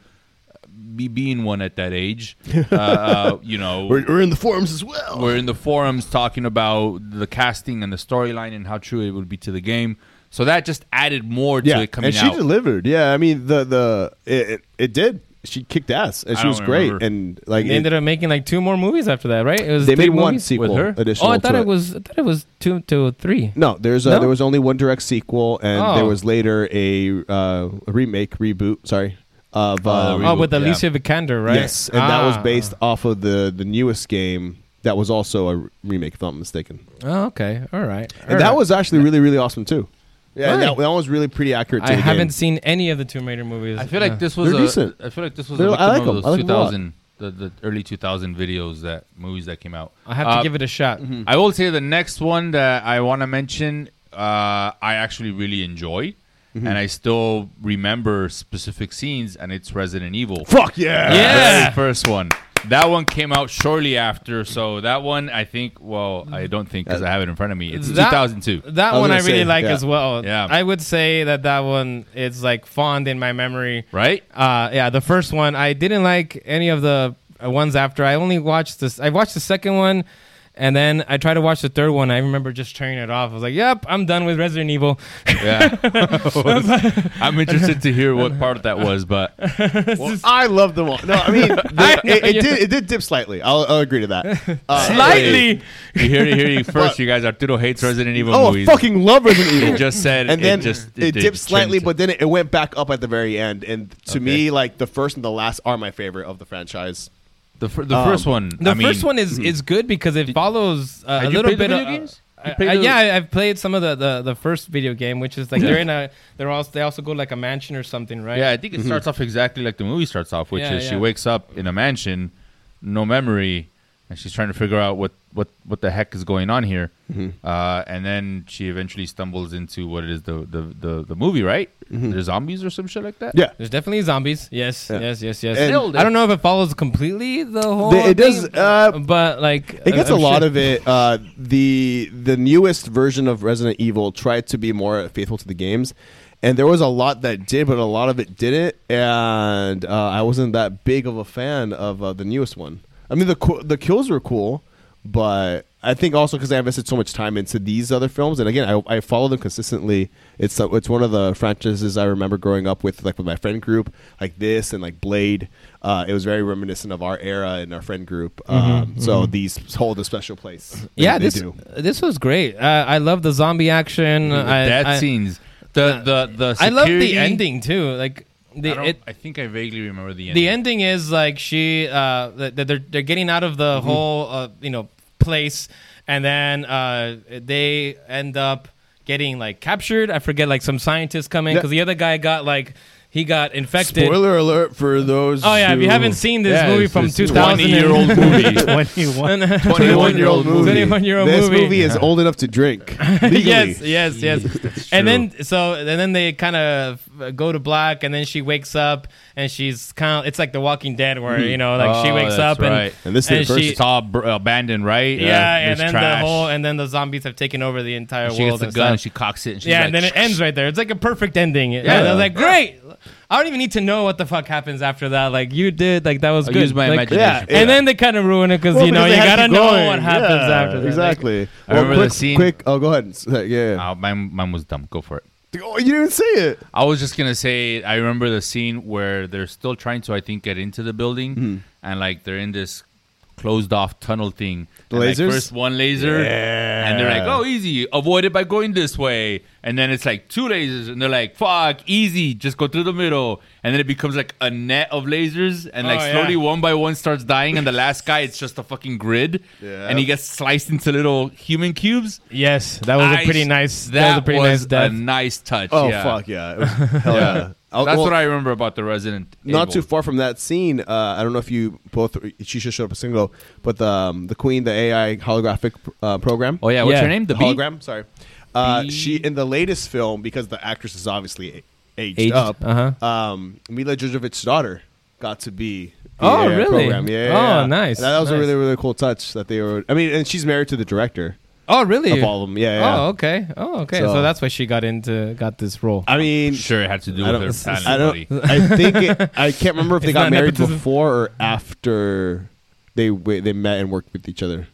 Speaker 6: be being one at that age, uh, uh, you know,
Speaker 4: We're, we're in the forums as well.
Speaker 6: were in the forums talking about the casting and the storyline and how true it would be to the game. So that just added more to
Speaker 4: yeah,
Speaker 6: it coming
Speaker 4: and she
Speaker 6: out.
Speaker 4: delivered. Yeah, I mean, the the it, it, it did. She kicked ass, and
Speaker 6: I
Speaker 4: she was
Speaker 6: don't
Speaker 4: great.
Speaker 6: remember.
Speaker 4: And like,
Speaker 3: they
Speaker 4: it-
Speaker 3: ended up making like two more movies after that, right? It was
Speaker 4: They
Speaker 3: three
Speaker 4: made one
Speaker 3: movies?
Speaker 4: sequel
Speaker 3: with her.
Speaker 4: additional
Speaker 3: Oh, I thought
Speaker 4: to
Speaker 3: it
Speaker 4: it.
Speaker 3: was. I thought it was two to three.
Speaker 4: no, there's uh
Speaker 3: No?
Speaker 4: there was only one direct sequel, and
Speaker 3: Oh.
Speaker 4: there was later a uh, remake reboot. Sorry, of uh,
Speaker 3: oh, with
Speaker 6: yeah.
Speaker 3: Alicia Vikander, right?
Speaker 4: yes, and that was
Speaker 3: Ah.
Speaker 4: based off of the the newest game. That was also a remake, if I'm not mistaken.
Speaker 3: Oh, okay, all right. All
Speaker 4: And that
Speaker 3: right.
Speaker 4: was actually really, really awesome too. Yeah, and
Speaker 3: Right.
Speaker 4: that, that one was really pretty accurate. To
Speaker 3: I
Speaker 4: the
Speaker 3: haven't
Speaker 4: game.
Speaker 3: seen any of the Tomb Raider movies.
Speaker 6: I feel like
Speaker 3: Yeah.
Speaker 6: this was
Speaker 4: They're
Speaker 6: a-
Speaker 4: decent.
Speaker 6: I feel like this was
Speaker 4: They're-
Speaker 6: a
Speaker 4: I
Speaker 6: victim
Speaker 4: like 'em.
Speaker 6: of
Speaker 4: I
Speaker 6: those
Speaker 4: like 'em a lot.
Speaker 6: 2000, the, the early 2000 videos that movies that came out. Uh,
Speaker 3: I have to give it a shot.
Speaker 6: I will say the next one that I want to mention, uh, I actually really enjoy,
Speaker 4: Mm-hmm.
Speaker 6: and I still remember specific scenes, and it's Resident Evil.
Speaker 4: Fuck yeah!
Speaker 6: The
Speaker 3: Yeah.
Speaker 6: very first one. That one came out shortly after, so that one I think. Well, I don't think because I have it in front of me. It's
Speaker 3: That-
Speaker 6: 2002.
Speaker 3: That
Speaker 4: I was
Speaker 3: one I
Speaker 4: gonna
Speaker 3: really
Speaker 4: say,
Speaker 3: like
Speaker 4: yeah.
Speaker 3: as well.
Speaker 6: Yeah.
Speaker 3: I would say that that one is like fond in my memory.
Speaker 6: Right?
Speaker 3: Uh, yeah, the first one I didn't like any of the uh, ones after. I only watched this. I watched the second one, and then I tried to watch the third one. I remember just turning it off. I was like, "Yep, I'm done with Resident Evil."
Speaker 6: Yeah. I'm interested to hear what part that was, but
Speaker 4: Well, I love them all. No, I mean, the-
Speaker 3: I know
Speaker 4: it, it
Speaker 3: you-
Speaker 4: did it did dip slightly. I'll, I'll agree to that. Uh,
Speaker 3: Slightly.
Speaker 6: you hear it here you first. You guys, Arturo hates Resident Evil
Speaker 4: oh, I
Speaker 6: movies.
Speaker 4: fucking love Resident Evil.
Speaker 6: It just said,
Speaker 4: and then
Speaker 6: it just
Speaker 4: it, dipped slightly,
Speaker 6: changed it.
Speaker 4: but then it, it went back up at the very end. And to
Speaker 6: Okay.
Speaker 4: me, like the first and the last are my favorite of the franchise.
Speaker 6: the, fir- the first
Speaker 4: um,
Speaker 6: one,
Speaker 3: The
Speaker 6: I mean, hmm.
Speaker 3: first one is is good because it follows uh, a
Speaker 6: Have you
Speaker 3: little
Speaker 6: played the
Speaker 3: bit of.
Speaker 6: video games?
Speaker 3: I-
Speaker 6: You played
Speaker 3: I-
Speaker 6: the-
Speaker 3: yeah, I- I've played some of the, the, the first video game, which is like they're in a they're also they also go like a mansion or something, right? Mm-hmm.
Speaker 6: Yeah, I think it starts off exactly like the movie starts off, which
Speaker 3: Yeah,
Speaker 6: is she
Speaker 3: yeah.
Speaker 6: wakes up in a mansion, no memory, and she's trying to figure out what what what the heck is going on here.
Speaker 3: Mm-hmm.
Speaker 6: Uh, and then she eventually stumbles into what it is the the the, the movie, right?
Speaker 3: Mm-hmm.
Speaker 6: There's zombies or some shit like that.
Speaker 4: Yeah,
Speaker 3: There's definitely zombies. Yes, yes, yes, yes.
Speaker 4: And-
Speaker 3: I don't know if it follows completely the whole.
Speaker 4: The- it does,
Speaker 3: thing,
Speaker 4: uh,
Speaker 3: but like
Speaker 4: It gets a lot of it. Uh, the the newest version of Resident Evil tried to be more faithful to the games, and there was a lot that did, but a lot of it didn't. And uh, I wasn't that big of a fan of uh, the newest one. I mean, the co- the kills were cool, but I think also because I invested so much time into these other films, and again, I, I follow them consistently. It's uh, it's one of the franchises I remember growing up with, like with my friend group, like this and like Blade. Uh, it was very reminiscent of our era and our friend group. Um, So these hold a special place. They-
Speaker 3: Mm-hmm, Yeah,
Speaker 4: they
Speaker 3: this
Speaker 4: do.
Speaker 3: this was great. Uh, I love the zombie action.
Speaker 6: The
Speaker 3: I,
Speaker 6: death
Speaker 3: I,
Speaker 6: scenes. The the the.
Speaker 3: I love the
Speaker 6: security-
Speaker 3: ending too. Like
Speaker 6: I,
Speaker 3: the
Speaker 6: don't-
Speaker 3: it,
Speaker 6: I think I vaguely remember the ending.
Speaker 3: the ending is like she uh that that they're they're getting out of the whole uh, you know place and then uh they end up getting like captured i forget like some scientists come in
Speaker 4: Yeah.
Speaker 3: because the other guy got like he got infected.
Speaker 8: Spoiler alert for those.
Speaker 3: Oh yeah, if you
Speaker 8: who-
Speaker 3: haven't seen this
Speaker 8: Yeah,
Speaker 3: movie
Speaker 8: it's
Speaker 3: from
Speaker 8: this
Speaker 3: 2000
Speaker 6: 20-year-old movie.
Speaker 7: 21.
Speaker 4: 21-year-old movie.
Speaker 3: 21-year-old
Speaker 4: this
Speaker 3: movie.
Speaker 4: is old enough to drink legally.
Speaker 3: yes, yes, yes. and then so and then they kind of go to black, and then she wakes up and she's kind of it's like The Walking Dead where you know like she
Speaker 6: Oh,
Speaker 3: wakes
Speaker 6: that's
Speaker 3: up
Speaker 6: right.
Speaker 4: And this is
Speaker 3: and
Speaker 4: the first
Speaker 3: she-
Speaker 6: It's all br- abandoned, right?
Speaker 3: and yeah, and
Speaker 6: There's
Speaker 3: then
Speaker 6: trash.
Speaker 3: the whole and then the zombies have taken over the entire
Speaker 6: she
Speaker 3: world.
Speaker 6: gets the
Speaker 3: and
Speaker 6: gun,
Speaker 3: stuff.
Speaker 6: she cocks it, and she's
Speaker 3: yeah,
Speaker 6: like,
Speaker 3: and then it ends right there. It's like a perfect ending. Yeah, and I was like, great. I don't even need to know what the fuck happens after that. Like you did, like that was
Speaker 6: I
Speaker 3: good.
Speaker 6: used my
Speaker 3: Like,
Speaker 6: imagination.
Speaker 3: And then they kind of ruin it because
Speaker 4: Well,
Speaker 3: you know
Speaker 4: because
Speaker 3: you
Speaker 4: they had to
Speaker 3: gotta
Speaker 4: keep
Speaker 3: know
Speaker 4: going.
Speaker 3: what happens
Speaker 4: Yeah,
Speaker 3: after that.
Speaker 4: Exactly.
Speaker 6: I remember
Speaker 4: quick,
Speaker 6: the scene-
Speaker 4: Quick. Oh, go ahead. Yeah. yeah.
Speaker 6: Oh, mine, mine was dumb. Go for it.
Speaker 4: oh, you didn't say it.
Speaker 6: I was just gonna say, I remember the scene where they're still trying to, I think, get into the building,
Speaker 4: Mm-hmm.
Speaker 6: and like they're in this closed off tunnel thing.
Speaker 4: The
Speaker 6: And, like,
Speaker 4: lasers?
Speaker 6: first one laser, and they're like, "Oh, easy, avoid it by going this way." And then it's like two lasers, and they're like, "Fuck, easy, just go through the middle." And then it becomes like a net of lasers, and like
Speaker 3: Oh, yeah.
Speaker 6: slowly one by one starts dying, and the last guy, it's just a fucking grid,
Speaker 4: Yeah.
Speaker 6: and he gets sliced into little human cubes.
Speaker 3: Yes, that was a pretty
Speaker 6: I-
Speaker 3: nice. That,
Speaker 6: That
Speaker 3: was a pretty nice
Speaker 6: a
Speaker 3: death.
Speaker 6: nice touch.
Speaker 4: Oh
Speaker 6: yeah.
Speaker 4: fuck yeah! It was- hell yeah.
Speaker 6: Yeah.
Speaker 4: I'll-
Speaker 6: That's
Speaker 4: well,
Speaker 6: what I remember about the Resident.
Speaker 4: Not
Speaker 6: Evil.
Speaker 4: too far from that scene, uh, I don't know if you both. She just showed up a single, but the um, the queen, the AI holographic uh, program.
Speaker 6: Oh yeah, what's
Speaker 3: Yeah.
Speaker 6: her name? The bee?
Speaker 4: hologram. Sorry, uh,
Speaker 6: Bee?
Speaker 4: she in the latest film because the actress is obviously a- aged,
Speaker 3: Aged,
Speaker 4: up.
Speaker 3: uh-huh.
Speaker 4: Um, Mila Jojovich's daughter got to be. the
Speaker 3: Oh,
Speaker 4: AI
Speaker 3: really?
Speaker 4: Program. Yeah, yeah,
Speaker 3: Oh,
Speaker 4: yeah.
Speaker 3: nice,
Speaker 4: That was a
Speaker 3: nice.
Speaker 4: really really cool touch that they were. I mean, and she's married to the director
Speaker 3: Oh, really?
Speaker 4: of all of them. Yeah, yeah.
Speaker 3: Oh, okay. Oh, okay. So,
Speaker 4: So-
Speaker 3: that's why she got into got this role.
Speaker 4: I mean,
Speaker 6: Sure, it had to do
Speaker 4: I
Speaker 6: with
Speaker 4: don't.
Speaker 6: her talent.
Speaker 4: I,
Speaker 6: buddy.
Speaker 4: don't I think it, I can't remember if they
Speaker 3: It's
Speaker 4: got
Speaker 3: not
Speaker 4: married
Speaker 3: nepotism.
Speaker 4: before or after they wa- they met and worked with each other.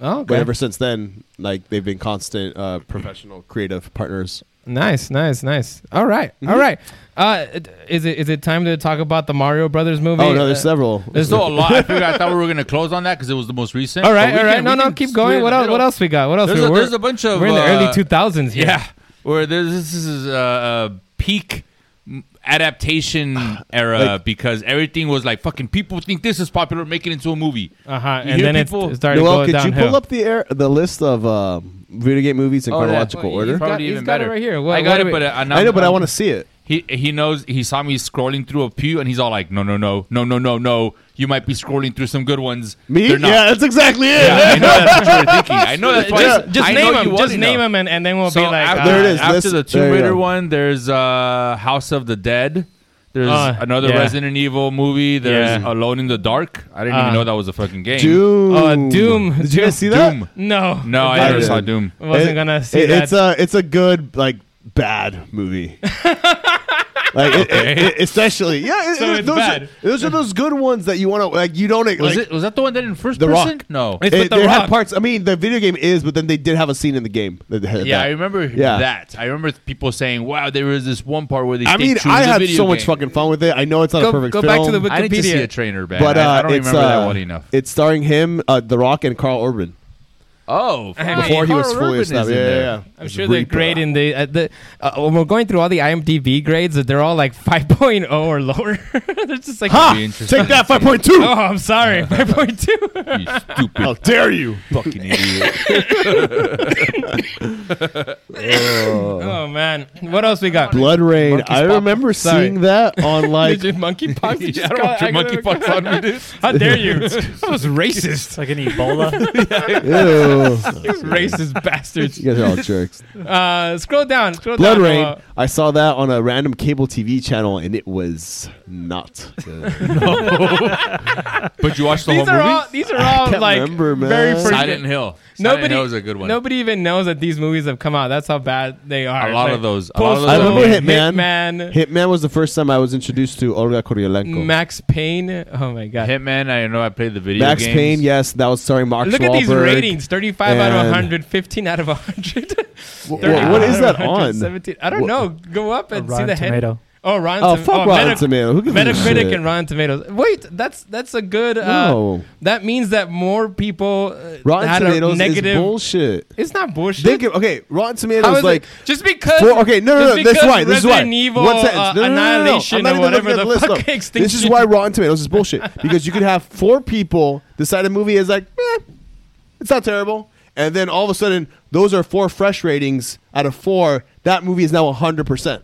Speaker 3: Oh,
Speaker 4: But
Speaker 3: okay.
Speaker 4: ever since then, like they've been constant uh, professional creative partners.
Speaker 3: Nice, nice, nice. All right,
Speaker 4: Mm-hmm.
Speaker 3: all right. Uh, d- is it is it time to talk about the Mario Brothers movie?
Speaker 4: Oh no, there's
Speaker 3: Uh,
Speaker 4: several.
Speaker 6: There's still a lot. I figured I thought we were gonna close on that because it was the most recent.
Speaker 3: All
Speaker 6: but
Speaker 3: right,
Speaker 6: we
Speaker 3: all right.
Speaker 6: can-
Speaker 3: no,
Speaker 6: we
Speaker 3: no,
Speaker 6: can
Speaker 3: keep
Speaker 6: split
Speaker 3: going.
Speaker 6: in
Speaker 3: What
Speaker 6: the
Speaker 3: else?
Speaker 6: middle.
Speaker 3: What else we got? What else?
Speaker 6: There's
Speaker 3: we
Speaker 6: a,
Speaker 3: we're-
Speaker 6: there's a bunch of
Speaker 3: We're in the
Speaker 6: uh,
Speaker 3: early two thousands.
Speaker 6: Yeah, where there's, this is uh, a peak adaptation era because everything was like fucking people think this is popular, make it into a movie.
Speaker 3: Uh huh.
Speaker 6: You
Speaker 3: And
Speaker 6: hear
Speaker 3: then it
Speaker 6: people-
Speaker 3: it started
Speaker 4: Noel,
Speaker 3: going
Speaker 4: could you pull
Speaker 3: downhill.
Speaker 4: up the air, the list of um, video game movies in
Speaker 6: Oh, yeah.
Speaker 4: chronological
Speaker 6: Well,
Speaker 4: order?
Speaker 6: Probably
Speaker 3: Got- he's
Speaker 6: even
Speaker 3: got it
Speaker 6: better.
Speaker 3: right here. What-
Speaker 6: I
Speaker 3: what
Speaker 6: got
Speaker 3: do
Speaker 6: it,
Speaker 3: we-
Speaker 6: but uh, I'm-
Speaker 4: I know, but I
Speaker 6: I'm-
Speaker 4: want to see it.
Speaker 6: He he knows he saw me scrolling through a pew and he's all like, no no no no no no no. You might be scrolling through some good ones.
Speaker 4: Me?
Speaker 6: They're not.
Speaker 4: Yeah, that's exactly it.
Speaker 6: Yeah, I know that's what you were thinking. I know that's why.
Speaker 3: Just, just
Speaker 6: I know
Speaker 3: name
Speaker 6: you
Speaker 3: them.
Speaker 6: want
Speaker 3: Just
Speaker 6: to
Speaker 3: name
Speaker 6: know.
Speaker 3: them, and, and then we'll
Speaker 6: So
Speaker 3: be like,
Speaker 6: after,
Speaker 4: There it is.
Speaker 6: after
Speaker 4: This-
Speaker 6: the
Speaker 4: there
Speaker 6: Tomb
Speaker 4: you
Speaker 6: Raider
Speaker 4: go.
Speaker 6: one, there's uh, House of the Dead. There's
Speaker 3: Uh,
Speaker 6: another
Speaker 3: yeah.
Speaker 6: Resident Evil movie. There's
Speaker 3: Yeah.
Speaker 6: Alone in the Dark. I didn't
Speaker 3: Uh,
Speaker 6: even know that was a fucking game.
Speaker 4: Doom.
Speaker 3: Uh, Doom.
Speaker 4: Did you guys see that?
Speaker 6: Doom.
Speaker 3: No,
Speaker 6: No, I
Speaker 4: I
Speaker 6: never
Speaker 4: did.
Speaker 6: saw Doom.
Speaker 3: wasn't
Speaker 4: It-
Speaker 3: gonna see
Speaker 4: it-
Speaker 3: that.
Speaker 4: It's a it's a good like bad movie. like it, it- it- especially yeah. it-
Speaker 3: So
Speaker 4: it-
Speaker 3: it's
Speaker 4: those
Speaker 3: bad.
Speaker 4: Are, those are those good ones that you want to like. You don't
Speaker 6: Was
Speaker 4: like.
Speaker 6: it? Was that the one that in first
Speaker 4: The
Speaker 6: person?
Speaker 4: Rock.
Speaker 6: No.
Speaker 3: It's with
Speaker 4: they
Speaker 3: the
Speaker 4: had
Speaker 3: Rock.
Speaker 4: parts. I mean, the video game is, but then they did have a scene in the game. That had
Speaker 6: Yeah, I
Speaker 4: that.
Speaker 6: remember
Speaker 4: Yeah.
Speaker 6: that. I remember people saying, "Wow, there was this one part where they."
Speaker 4: I
Speaker 6: stayed
Speaker 4: mean,
Speaker 6: true to
Speaker 4: I
Speaker 6: the
Speaker 4: had
Speaker 6: video
Speaker 4: so much
Speaker 6: game.
Speaker 4: fucking fun with it. I know it's not
Speaker 3: Go-
Speaker 4: a perfect
Speaker 3: go
Speaker 4: film.
Speaker 3: back to the
Speaker 6: I need to see
Speaker 3: Wikipedia.
Speaker 6: a trainer back.
Speaker 4: but uh,
Speaker 6: I, I don't
Speaker 4: it's,
Speaker 6: remember
Speaker 4: uh,
Speaker 6: that well enough.
Speaker 4: It's starring him, uh, The Rock, and Carl Urban.
Speaker 6: Oh, fuck.
Speaker 4: Before he was
Speaker 6: Carl
Speaker 4: fully
Speaker 6: Urban is
Speaker 4: established.
Speaker 6: in
Speaker 4: Yeah, yeah,
Speaker 6: there.
Speaker 4: yeah.
Speaker 3: I'm sure they're
Speaker 4: Reaper.
Speaker 3: grading the uh, the uh, when we're going through all the IMDb grades that they're all like 5.0 or lower. they're just like
Speaker 4: Ha!
Speaker 6: Be interesting.
Speaker 4: Take that, five point two.
Speaker 3: Oh, I'm sorry. 5.2.
Speaker 6: You stupid
Speaker 4: How dare you?
Speaker 6: fucking idiot.
Speaker 3: Oh man. What else we got?
Speaker 4: Blood Rain. I
Speaker 3: Pop.
Speaker 4: remember
Speaker 3: Sorry.
Speaker 4: seeing that on like
Speaker 3: Did you monkeypox? You
Speaker 6: I
Speaker 3: just
Speaker 6: don't
Speaker 3: got
Speaker 6: want your monkey
Speaker 3: academic-
Speaker 6: fucks on me, dude.
Speaker 3: How dare you? That was racist.
Speaker 7: It's like an Ebola.
Speaker 4: Ew.
Speaker 3: racist bastards.
Speaker 4: You guys are all jerks.
Speaker 3: Uh, scroll down. Scroll
Speaker 4: Blood
Speaker 3: down.
Speaker 4: Rain. I saw that on a random cable TV channel, and it was not.
Speaker 6: But you watched the
Speaker 3: These
Speaker 6: whole
Speaker 3: are
Speaker 6: movie.
Speaker 3: all. These are all
Speaker 4: can't
Speaker 3: like
Speaker 4: remember, man.
Speaker 3: very first.
Speaker 6: Silent Hill. Silent
Speaker 3: Nobody
Speaker 6: Hill was a good one.
Speaker 3: Nobody even knows that these movies have come out. That's how bad they are.
Speaker 6: A lot
Speaker 3: Like,
Speaker 6: of those. A lot of those.
Speaker 4: I remember
Speaker 6: movies.
Speaker 4: Hitman.
Speaker 3: Hitman.
Speaker 4: Hitman was the first time I was introduced to Olga Koryalenko.
Speaker 3: Max Payne. Oh my god.
Speaker 6: Hitman. I know I played the video.
Speaker 4: Max
Speaker 6: games.
Speaker 4: Payne, yes, that was starring Mark
Speaker 3: Look at these
Speaker 4: Wahlberg.
Speaker 3: ratings: thirty-five out of
Speaker 4: and-
Speaker 3: 100, 15 out of 100. 30
Speaker 4: wha- what is
Speaker 3: out of
Speaker 4: that on?
Speaker 3: 117. I don't
Speaker 4: What-
Speaker 3: know. Go up and see
Speaker 7: Rotten
Speaker 3: the head.
Speaker 7: tomato.
Speaker 3: Oh, Rotten.
Speaker 4: Oh,
Speaker 3: Tom-
Speaker 4: fuck Rotten
Speaker 3: Metac-
Speaker 4: Tomato. Who gives a shit?
Speaker 3: Metacritic and Rotten Tomatoes. Wait, that's that's a good. Uh,
Speaker 4: No.
Speaker 3: That means that more people uh,
Speaker 4: Rotten
Speaker 3: had
Speaker 4: Tomatoes
Speaker 3: a
Speaker 4: is
Speaker 3: negative.
Speaker 4: bullshit.
Speaker 3: it's not bullshit.
Speaker 4: Think of, okay, Rotten
Speaker 3: How
Speaker 4: Tomatoes
Speaker 3: is
Speaker 4: like
Speaker 3: it? just because.
Speaker 4: Well, okay, no, no,
Speaker 3: just
Speaker 4: no. That's
Speaker 3: because
Speaker 4: why. This is why.
Speaker 3: Resident Evil,
Speaker 4: One sentence.
Speaker 3: uh,
Speaker 4: No, no, no, no, no.
Speaker 3: Annihilation
Speaker 4: I'm not
Speaker 3: or
Speaker 4: even
Speaker 3: whatever
Speaker 4: looking at
Speaker 3: the
Speaker 4: list,
Speaker 3: fuck.
Speaker 4: though.
Speaker 3: Extinction.
Speaker 4: This is why Rotten Tomatoes is bullshit because you could have four people decide a movie is like, eh, it's not terrible, and then all of a sudden those are four fresh ratings out of four. That movie is now hundred percent.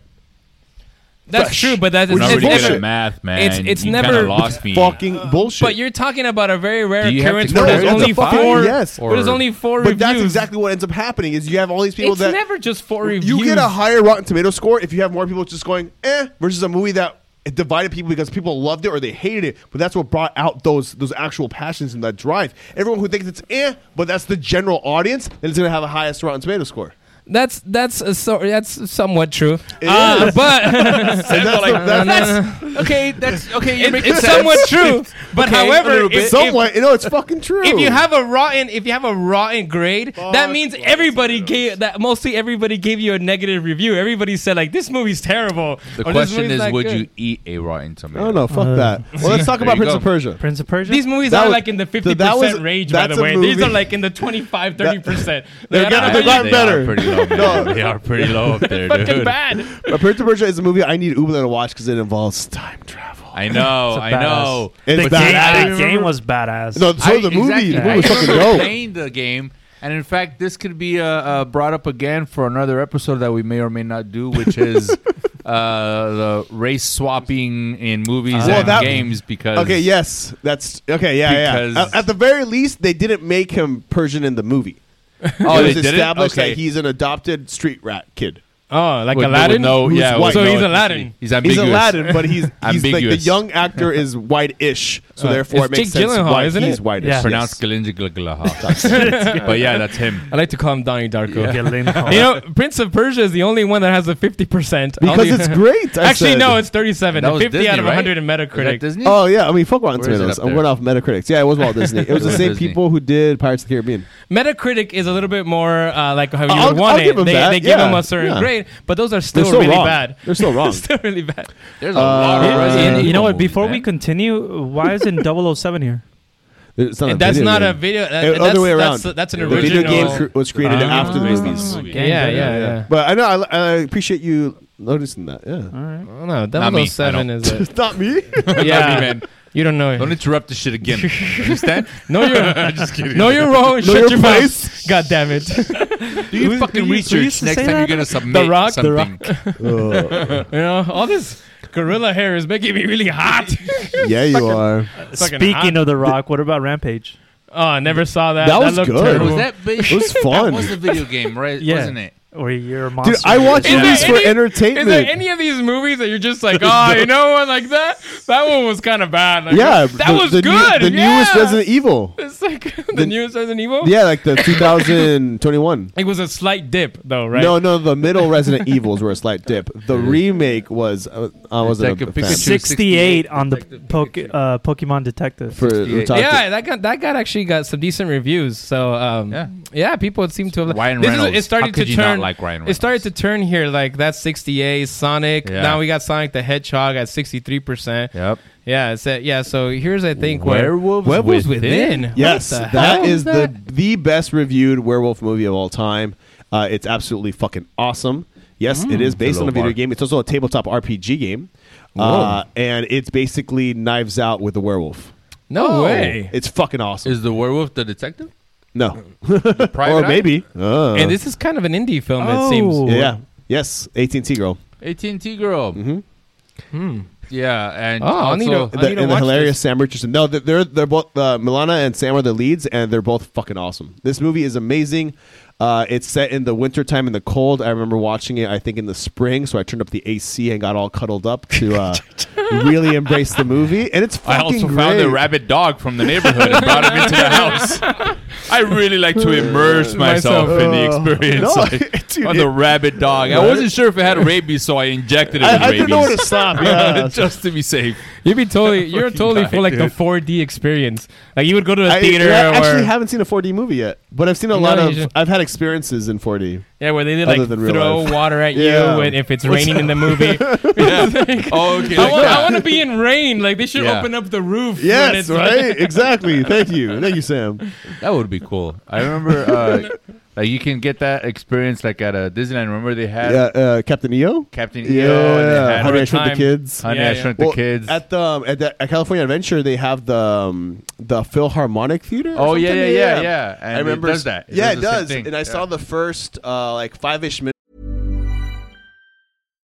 Speaker 3: that's
Speaker 4: Fresh.
Speaker 3: true, but that's
Speaker 4: We're
Speaker 6: Not
Speaker 4: just
Speaker 3: it's
Speaker 6: really
Speaker 4: bullshit.
Speaker 6: good
Speaker 3: never.
Speaker 6: at math, man.
Speaker 3: It's- it's
Speaker 6: you
Speaker 3: never-
Speaker 6: Kinda lost me.
Speaker 4: fucking bullshit.
Speaker 3: Uh, But you're talking about a very rare
Speaker 6: Do you have to
Speaker 3: occurrence where
Speaker 4: compare
Speaker 3: there's
Speaker 4: it to
Speaker 3: only
Speaker 4: fucking
Speaker 3: four.
Speaker 4: yes?
Speaker 3: where there's only four
Speaker 4: But
Speaker 3: reviews.
Speaker 4: that's exactly what ends up happening is you have all these people
Speaker 3: It's
Speaker 4: that
Speaker 3: never just four reviews.
Speaker 4: you get a higher Rotten Tomato score if you have more people just going eh versus a movie that it divided people because people loved it or they hated it. But that's what brought out those those actual passions and that drive. Everyone who thinks it's eh, but that's the general audience, then it's gonna have the highest Rotten Tomato score.
Speaker 3: That's that's a, so that's somewhat true.
Speaker 4: It
Speaker 3: Uh,
Speaker 4: is.
Speaker 3: But
Speaker 4: And that's the- that's-
Speaker 3: that's
Speaker 6: Okay, that's okay. You're
Speaker 3: it,
Speaker 6: making
Speaker 3: it's
Speaker 6: sense.
Speaker 3: somewhat true. But
Speaker 6: Okay, a
Speaker 3: however,
Speaker 6: little
Speaker 3: if,
Speaker 6: bit.
Speaker 3: if-
Speaker 4: somewhat, you know, it's fucking true.
Speaker 3: if you have a rotten if you have a rotten grade, that means everybody gave that mostly everybody gave you a negative review. Everybody said like this movie's terrible.
Speaker 6: The
Speaker 3: or, "This
Speaker 6: question
Speaker 3: movie's
Speaker 6: is,
Speaker 3: not
Speaker 6: would
Speaker 3: good."
Speaker 6: you eat a rotten tomato?
Speaker 4: no, no, fuck that. Well, let's talk
Speaker 6: Uh, There
Speaker 4: about
Speaker 6: you
Speaker 4: Prince
Speaker 6: go.
Speaker 4: of Persia.
Speaker 7: Prince of Persia.
Speaker 3: These movies
Speaker 4: That
Speaker 3: are
Speaker 4: was-
Speaker 3: like in the
Speaker 4: th-
Speaker 3: 50%
Speaker 4: that was-
Speaker 3: range, by
Speaker 4: that's
Speaker 3: the
Speaker 4: a
Speaker 3: way. These
Speaker 4: movie-
Speaker 3: are like in the 25, 30%.
Speaker 4: They're gonna
Speaker 3: I don't
Speaker 4: be
Speaker 3: know,
Speaker 4: gotten
Speaker 6: they
Speaker 4: better.
Speaker 6: Are pretty low, man.
Speaker 4: No.
Speaker 6: They are pretty low up there,
Speaker 3: fucking
Speaker 6: dude.
Speaker 3: bad.
Speaker 4: But Prince of Persia is a movie I need Uber to watch because it involves time travel.
Speaker 6: I know, I know.
Speaker 4: It's
Speaker 7: The game,
Speaker 4: badass.
Speaker 7: the game was badass.
Speaker 4: No, so
Speaker 6: I-
Speaker 4: the movie,
Speaker 6: exactly.
Speaker 4: the movie was
Speaker 6: I
Speaker 4: fucking
Speaker 6: remember
Speaker 4: dope.
Speaker 6: playing the game, and in fact, this could be uh, uh, brought up again for another episode that we may or may not do, which is uh, the race swapping in movies
Speaker 4: Ah. Well,
Speaker 6: and
Speaker 4: that-
Speaker 6: games. Because
Speaker 4: Okay, yes, that's okay. Yeah, yeah.
Speaker 6: Because-
Speaker 4: At, at the very least, they didn't make him Persian in the movie.
Speaker 6: oh,
Speaker 4: it
Speaker 6: they
Speaker 4: was
Speaker 6: did it?
Speaker 4: established
Speaker 6: okay.
Speaker 4: that he's an adopted street rat kid.
Speaker 3: Oh, like
Speaker 6: With- with
Speaker 3: Aladdin?
Speaker 6: No,
Speaker 4: Who's
Speaker 6: yeah,
Speaker 4: white.
Speaker 6: with
Speaker 3: so
Speaker 6: no
Speaker 3: he's
Speaker 6: ethnicity.
Speaker 3: Aladdin.
Speaker 6: He's ambiguous.
Speaker 4: He's Aladdin, but he's, he's like the
Speaker 6: Ambiguous.
Speaker 4: young actor is white-ish, so
Speaker 3: Uh,
Speaker 4: therefore
Speaker 3: it's
Speaker 4: it makes
Speaker 3: Jake
Speaker 4: sense
Speaker 3: Gyllenhaal,
Speaker 4: why
Speaker 3: isn't
Speaker 4: he's
Speaker 3: it?
Speaker 4: whitish.
Speaker 7: Yeah.
Speaker 6: Pronounced Galinja But yeah, that's him.
Speaker 3: I like to call him Donnie Darko.
Speaker 7: Gyllenhaal.
Speaker 3: You know, Prince of Persia is the only one that has a 50%.
Speaker 4: because
Speaker 3: Only-
Speaker 4: it's great. I
Speaker 3: Actually,
Speaker 4: said.
Speaker 3: no, it's 37.
Speaker 6: That was
Speaker 3: 50 out of
Speaker 6: Disney, right?
Speaker 3: 100
Speaker 6: Is
Speaker 3: in
Speaker 6: that
Speaker 3: Metacritic.
Speaker 6: Disney?
Speaker 4: Oh yeah, I mean, fuck Rotten
Speaker 6: Where is it
Speaker 4: Tomatoes.
Speaker 6: up
Speaker 4: I'm
Speaker 6: there?
Speaker 4: going off Metacritic. Yeah, it was Walt Disney. It was the
Speaker 6: was
Speaker 4: same
Speaker 6: Disney.
Speaker 4: people who did Pirates of the Caribbean.
Speaker 3: Metacritic is a little bit more uh, like how you
Speaker 4: I'll-
Speaker 3: would want
Speaker 4: I'll
Speaker 3: it.
Speaker 4: give 'em
Speaker 3: they
Speaker 4: that,
Speaker 3: they give
Speaker 4: yeah,
Speaker 3: them a certain
Speaker 4: yeah.
Speaker 3: grade, but those are
Speaker 4: They're
Speaker 3: still,
Speaker 4: still
Speaker 3: really
Speaker 4: wrong.
Speaker 3: bad.
Speaker 4: They're still wrong.
Speaker 3: still really bad.
Speaker 6: There's a lot
Speaker 4: Uh,
Speaker 6: of Resident
Speaker 7: you know
Speaker 6: Evil
Speaker 7: what? Before
Speaker 6: movies,
Speaker 7: we
Speaker 6: man.
Speaker 7: continue, why is it 007 here?
Speaker 4: It's not a
Speaker 3: And that's
Speaker 4: video
Speaker 3: not
Speaker 4: game.
Speaker 3: a video. That,
Speaker 4: Uh,
Speaker 3: that's,
Speaker 4: other way around.
Speaker 3: That's, that's an
Speaker 4: The
Speaker 3: original.
Speaker 4: video game cr- was created
Speaker 3: Ah.
Speaker 4: after the
Speaker 6: Based on
Speaker 4: movies.
Speaker 6: the movie.
Speaker 7: game.
Speaker 3: yeah, yeah, yeah,
Speaker 4: But I know I, I appreciate you noticing that. Yeah,
Speaker 7: All right.
Speaker 3: Oh, no,
Speaker 6: Not me. I
Speaker 3: 007
Speaker 6: don't.
Speaker 3: is it.
Speaker 4: it's not me.
Speaker 3: yeah,
Speaker 6: Hey, man,
Speaker 3: You don't know it.
Speaker 6: don't interrupt the shit again. Understand?
Speaker 3: No, you're
Speaker 6: Just kidding.
Speaker 3: no, you're wrong. Shut
Speaker 4: your
Speaker 3: your mouth. God damn it.
Speaker 6: Do you fucking
Speaker 7: who used to
Speaker 6: research
Speaker 7: say
Speaker 6: next time
Speaker 7: that?
Speaker 6: you're gonna submit
Speaker 3: Rock? The
Speaker 6: something?
Speaker 3: You know, all this gorilla hair is making me really hot.
Speaker 4: yeah, you are.
Speaker 3: Fucking
Speaker 7: Speaking
Speaker 3: hot.
Speaker 7: of The Rock, what about Rampage?
Speaker 3: Oh, I never saw that.
Speaker 4: That was
Speaker 3: looked
Speaker 4: good.
Speaker 3: terrible.
Speaker 6: Was that big?
Speaker 4: It was
Speaker 6: That
Speaker 4: fun.
Speaker 6: was a video game, right?
Speaker 7: Yeah.
Speaker 6: Wasn't it?
Speaker 7: Or you're a monster?
Speaker 4: Dude, I watch
Speaker 3: Is there
Speaker 4: movies for
Speaker 3: any- Is
Speaker 4: entertainment.
Speaker 3: there any of these movies that you're just like, oh, you know what, like that? That one was kind of bad. Like,
Speaker 4: yeah,
Speaker 3: that
Speaker 4: the-
Speaker 3: was
Speaker 4: the new-
Speaker 3: good.
Speaker 4: the newest
Speaker 3: yeah.
Speaker 4: Resident Evil.
Speaker 3: It's like the,
Speaker 4: the-
Speaker 3: newest Resident Evil.
Speaker 4: Yeah, like the 2021.
Speaker 3: it was a slight dip though, right?
Speaker 4: No, no, the middle Resident Evils were a slight dip. The remake was uh, I wasn't
Speaker 6: like
Speaker 4: a,
Speaker 6: a
Speaker 4: fan.
Speaker 6: Pikachu.
Speaker 7: 68 on the
Speaker 6: Detective
Speaker 7: poke,
Speaker 6: Pikachu.
Speaker 7: uh, Pokemon Detective.
Speaker 4: for
Speaker 6: Yeah.
Speaker 4: Otaku.
Speaker 3: yeah, that got that got actually got some decent reviews. So um,
Speaker 6: Yeah.
Speaker 3: yeah, people seem to have.
Speaker 6: Ryan
Speaker 3: This is-
Speaker 6: Reynolds.
Speaker 3: it started
Speaker 6: How could
Speaker 3: to
Speaker 6: you
Speaker 3: turn.
Speaker 6: not like Ryan Reynolds?
Speaker 3: it started to turn here. Like that's 68 Sonic.
Speaker 6: Yeah.
Speaker 3: Now we got Sonic the Hedgehog at 63 percent.
Speaker 6: Yep.
Speaker 3: Yeah, it's at, yeah. So here's I think where
Speaker 6: Werewolves
Speaker 3: Werewolves
Speaker 6: Within?
Speaker 3: within. What
Speaker 4: Yes,
Speaker 3: the
Speaker 4: that
Speaker 3: hell
Speaker 4: is
Speaker 3: that?
Speaker 4: the the best reviewed werewolf movie of all time. Uh, it's absolutely fucking awesome. Yes,
Speaker 3: Hmm.
Speaker 4: it is based on a
Speaker 6: low
Speaker 4: video
Speaker 6: bar.
Speaker 4: game. It's also a tabletop RPG game, uh, and it's basically Knives Out with the werewolf.
Speaker 3: no
Speaker 4: Oh.
Speaker 3: way.
Speaker 4: It's fucking awesome.
Speaker 6: Is the werewolf the detective?
Speaker 4: no,
Speaker 6: The private
Speaker 4: or
Speaker 6: eye?
Speaker 4: maybe. Uh,
Speaker 3: and this is kind of an indie film.
Speaker 7: Oh.
Speaker 3: It seems.
Speaker 4: yeah, yes, AT&T girl.
Speaker 6: AT&T girl.
Speaker 4: hmm
Speaker 6: Yeah, and
Speaker 3: Oh, I need
Speaker 6: also-
Speaker 3: to- I
Speaker 4: the,
Speaker 3: need
Speaker 4: and the
Speaker 3: watch
Speaker 4: hilarious Sam Richardson. No, they're- they're they're both uh, Milana and Sam are the leads, and they're both fucking awesome. This movie is amazing. Uh, it's set in the wintertime in the cold. I remember watching it. I think in the spring, so I turned up the AC and got all cuddled up to uh, really embrace the movie. And it's fucking
Speaker 6: I also
Speaker 4: great.
Speaker 6: found a rabid dog from the neighborhood and brought him into the house. I really like to immerse myself in the experience
Speaker 4: No,
Speaker 6: like,
Speaker 4: dude,
Speaker 6: on the
Speaker 4: it-
Speaker 6: rabid dog. I
Speaker 4: Right?
Speaker 6: wasn't sure if it had rabies, so I injected it with
Speaker 4: I, I
Speaker 6: rabies.
Speaker 4: didn't know where to stop. Yeah.
Speaker 6: just to be safe.
Speaker 3: You'd be totally, you're
Speaker 6: Fucking
Speaker 3: totally
Speaker 6: guy,
Speaker 3: for like the
Speaker 6: dude.
Speaker 3: 4D experience. Like you would go to a
Speaker 4: I,
Speaker 3: theater
Speaker 4: I actually
Speaker 3: or
Speaker 4: haven't seen a 4D movie yet, but I've seen a
Speaker 3: No,
Speaker 4: lot
Speaker 3: you
Speaker 4: of.
Speaker 3: should.
Speaker 4: I've had experiences in 4D.
Speaker 3: yeah, where they did
Speaker 4: Other
Speaker 3: like
Speaker 4: than real
Speaker 3: throw
Speaker 4: life.
Speaker 3: water at
Speaker 4: Yeah.
Speaker 3: you and if it's raining in the movie.
Speaker 6: Oh, okay.
Speaker 3: I
Speaker 6: like
Speaker 3: want,
Speaker 6: that.
Speaker 3: I want to be in rain. Like they should
Speaker 6: Yeah.
Speaker 3: open up the roof. when
Speaker 4: Yes,
Speaker 3: it's-
Speaker 4: right, exactly. Thank you, thank you, Sam.
Speaker 6: That would be cool. I remember, uh, like, you can get that experience like at uh, Disneyland. Remember they
Speaker 4: Yeah,
Speaker 6: had
Speaker 4: uh, Captain EO.
Speaker 6: Captain EO.
Speaker 4: Yeah,
Speaker 6: and they had
Speaker 4: How
Speaker 6: Honey,
Speaker 4: did I Shrink the
Speaker 3: Time.
Speaker 4: Kids?
Speaker 3: Yeah,
Speaker 6: I
Speaker 3: yeah.
Speaker 6: Shrunk
Speaker 4: Well,
Speaker 6: the Kids.
Speaker 4: at the um, at the at California Adventure, they have the um, the Philharmonic Theater. or
Speaker 6: oh yeah,
Speaker 4: something?
Speaker 6: yeah, yeah, yeah. And
Speaker 4: I remember
Speaker 6: it does that.
Speaker 4: yeah, it
Speaker 6: the same
Speaker 4: does.
Speaker 6: thing.
Speaker 4: And I
Speaker 6: Yeah.
Speaker 4: saw the first uh, like five ish minutes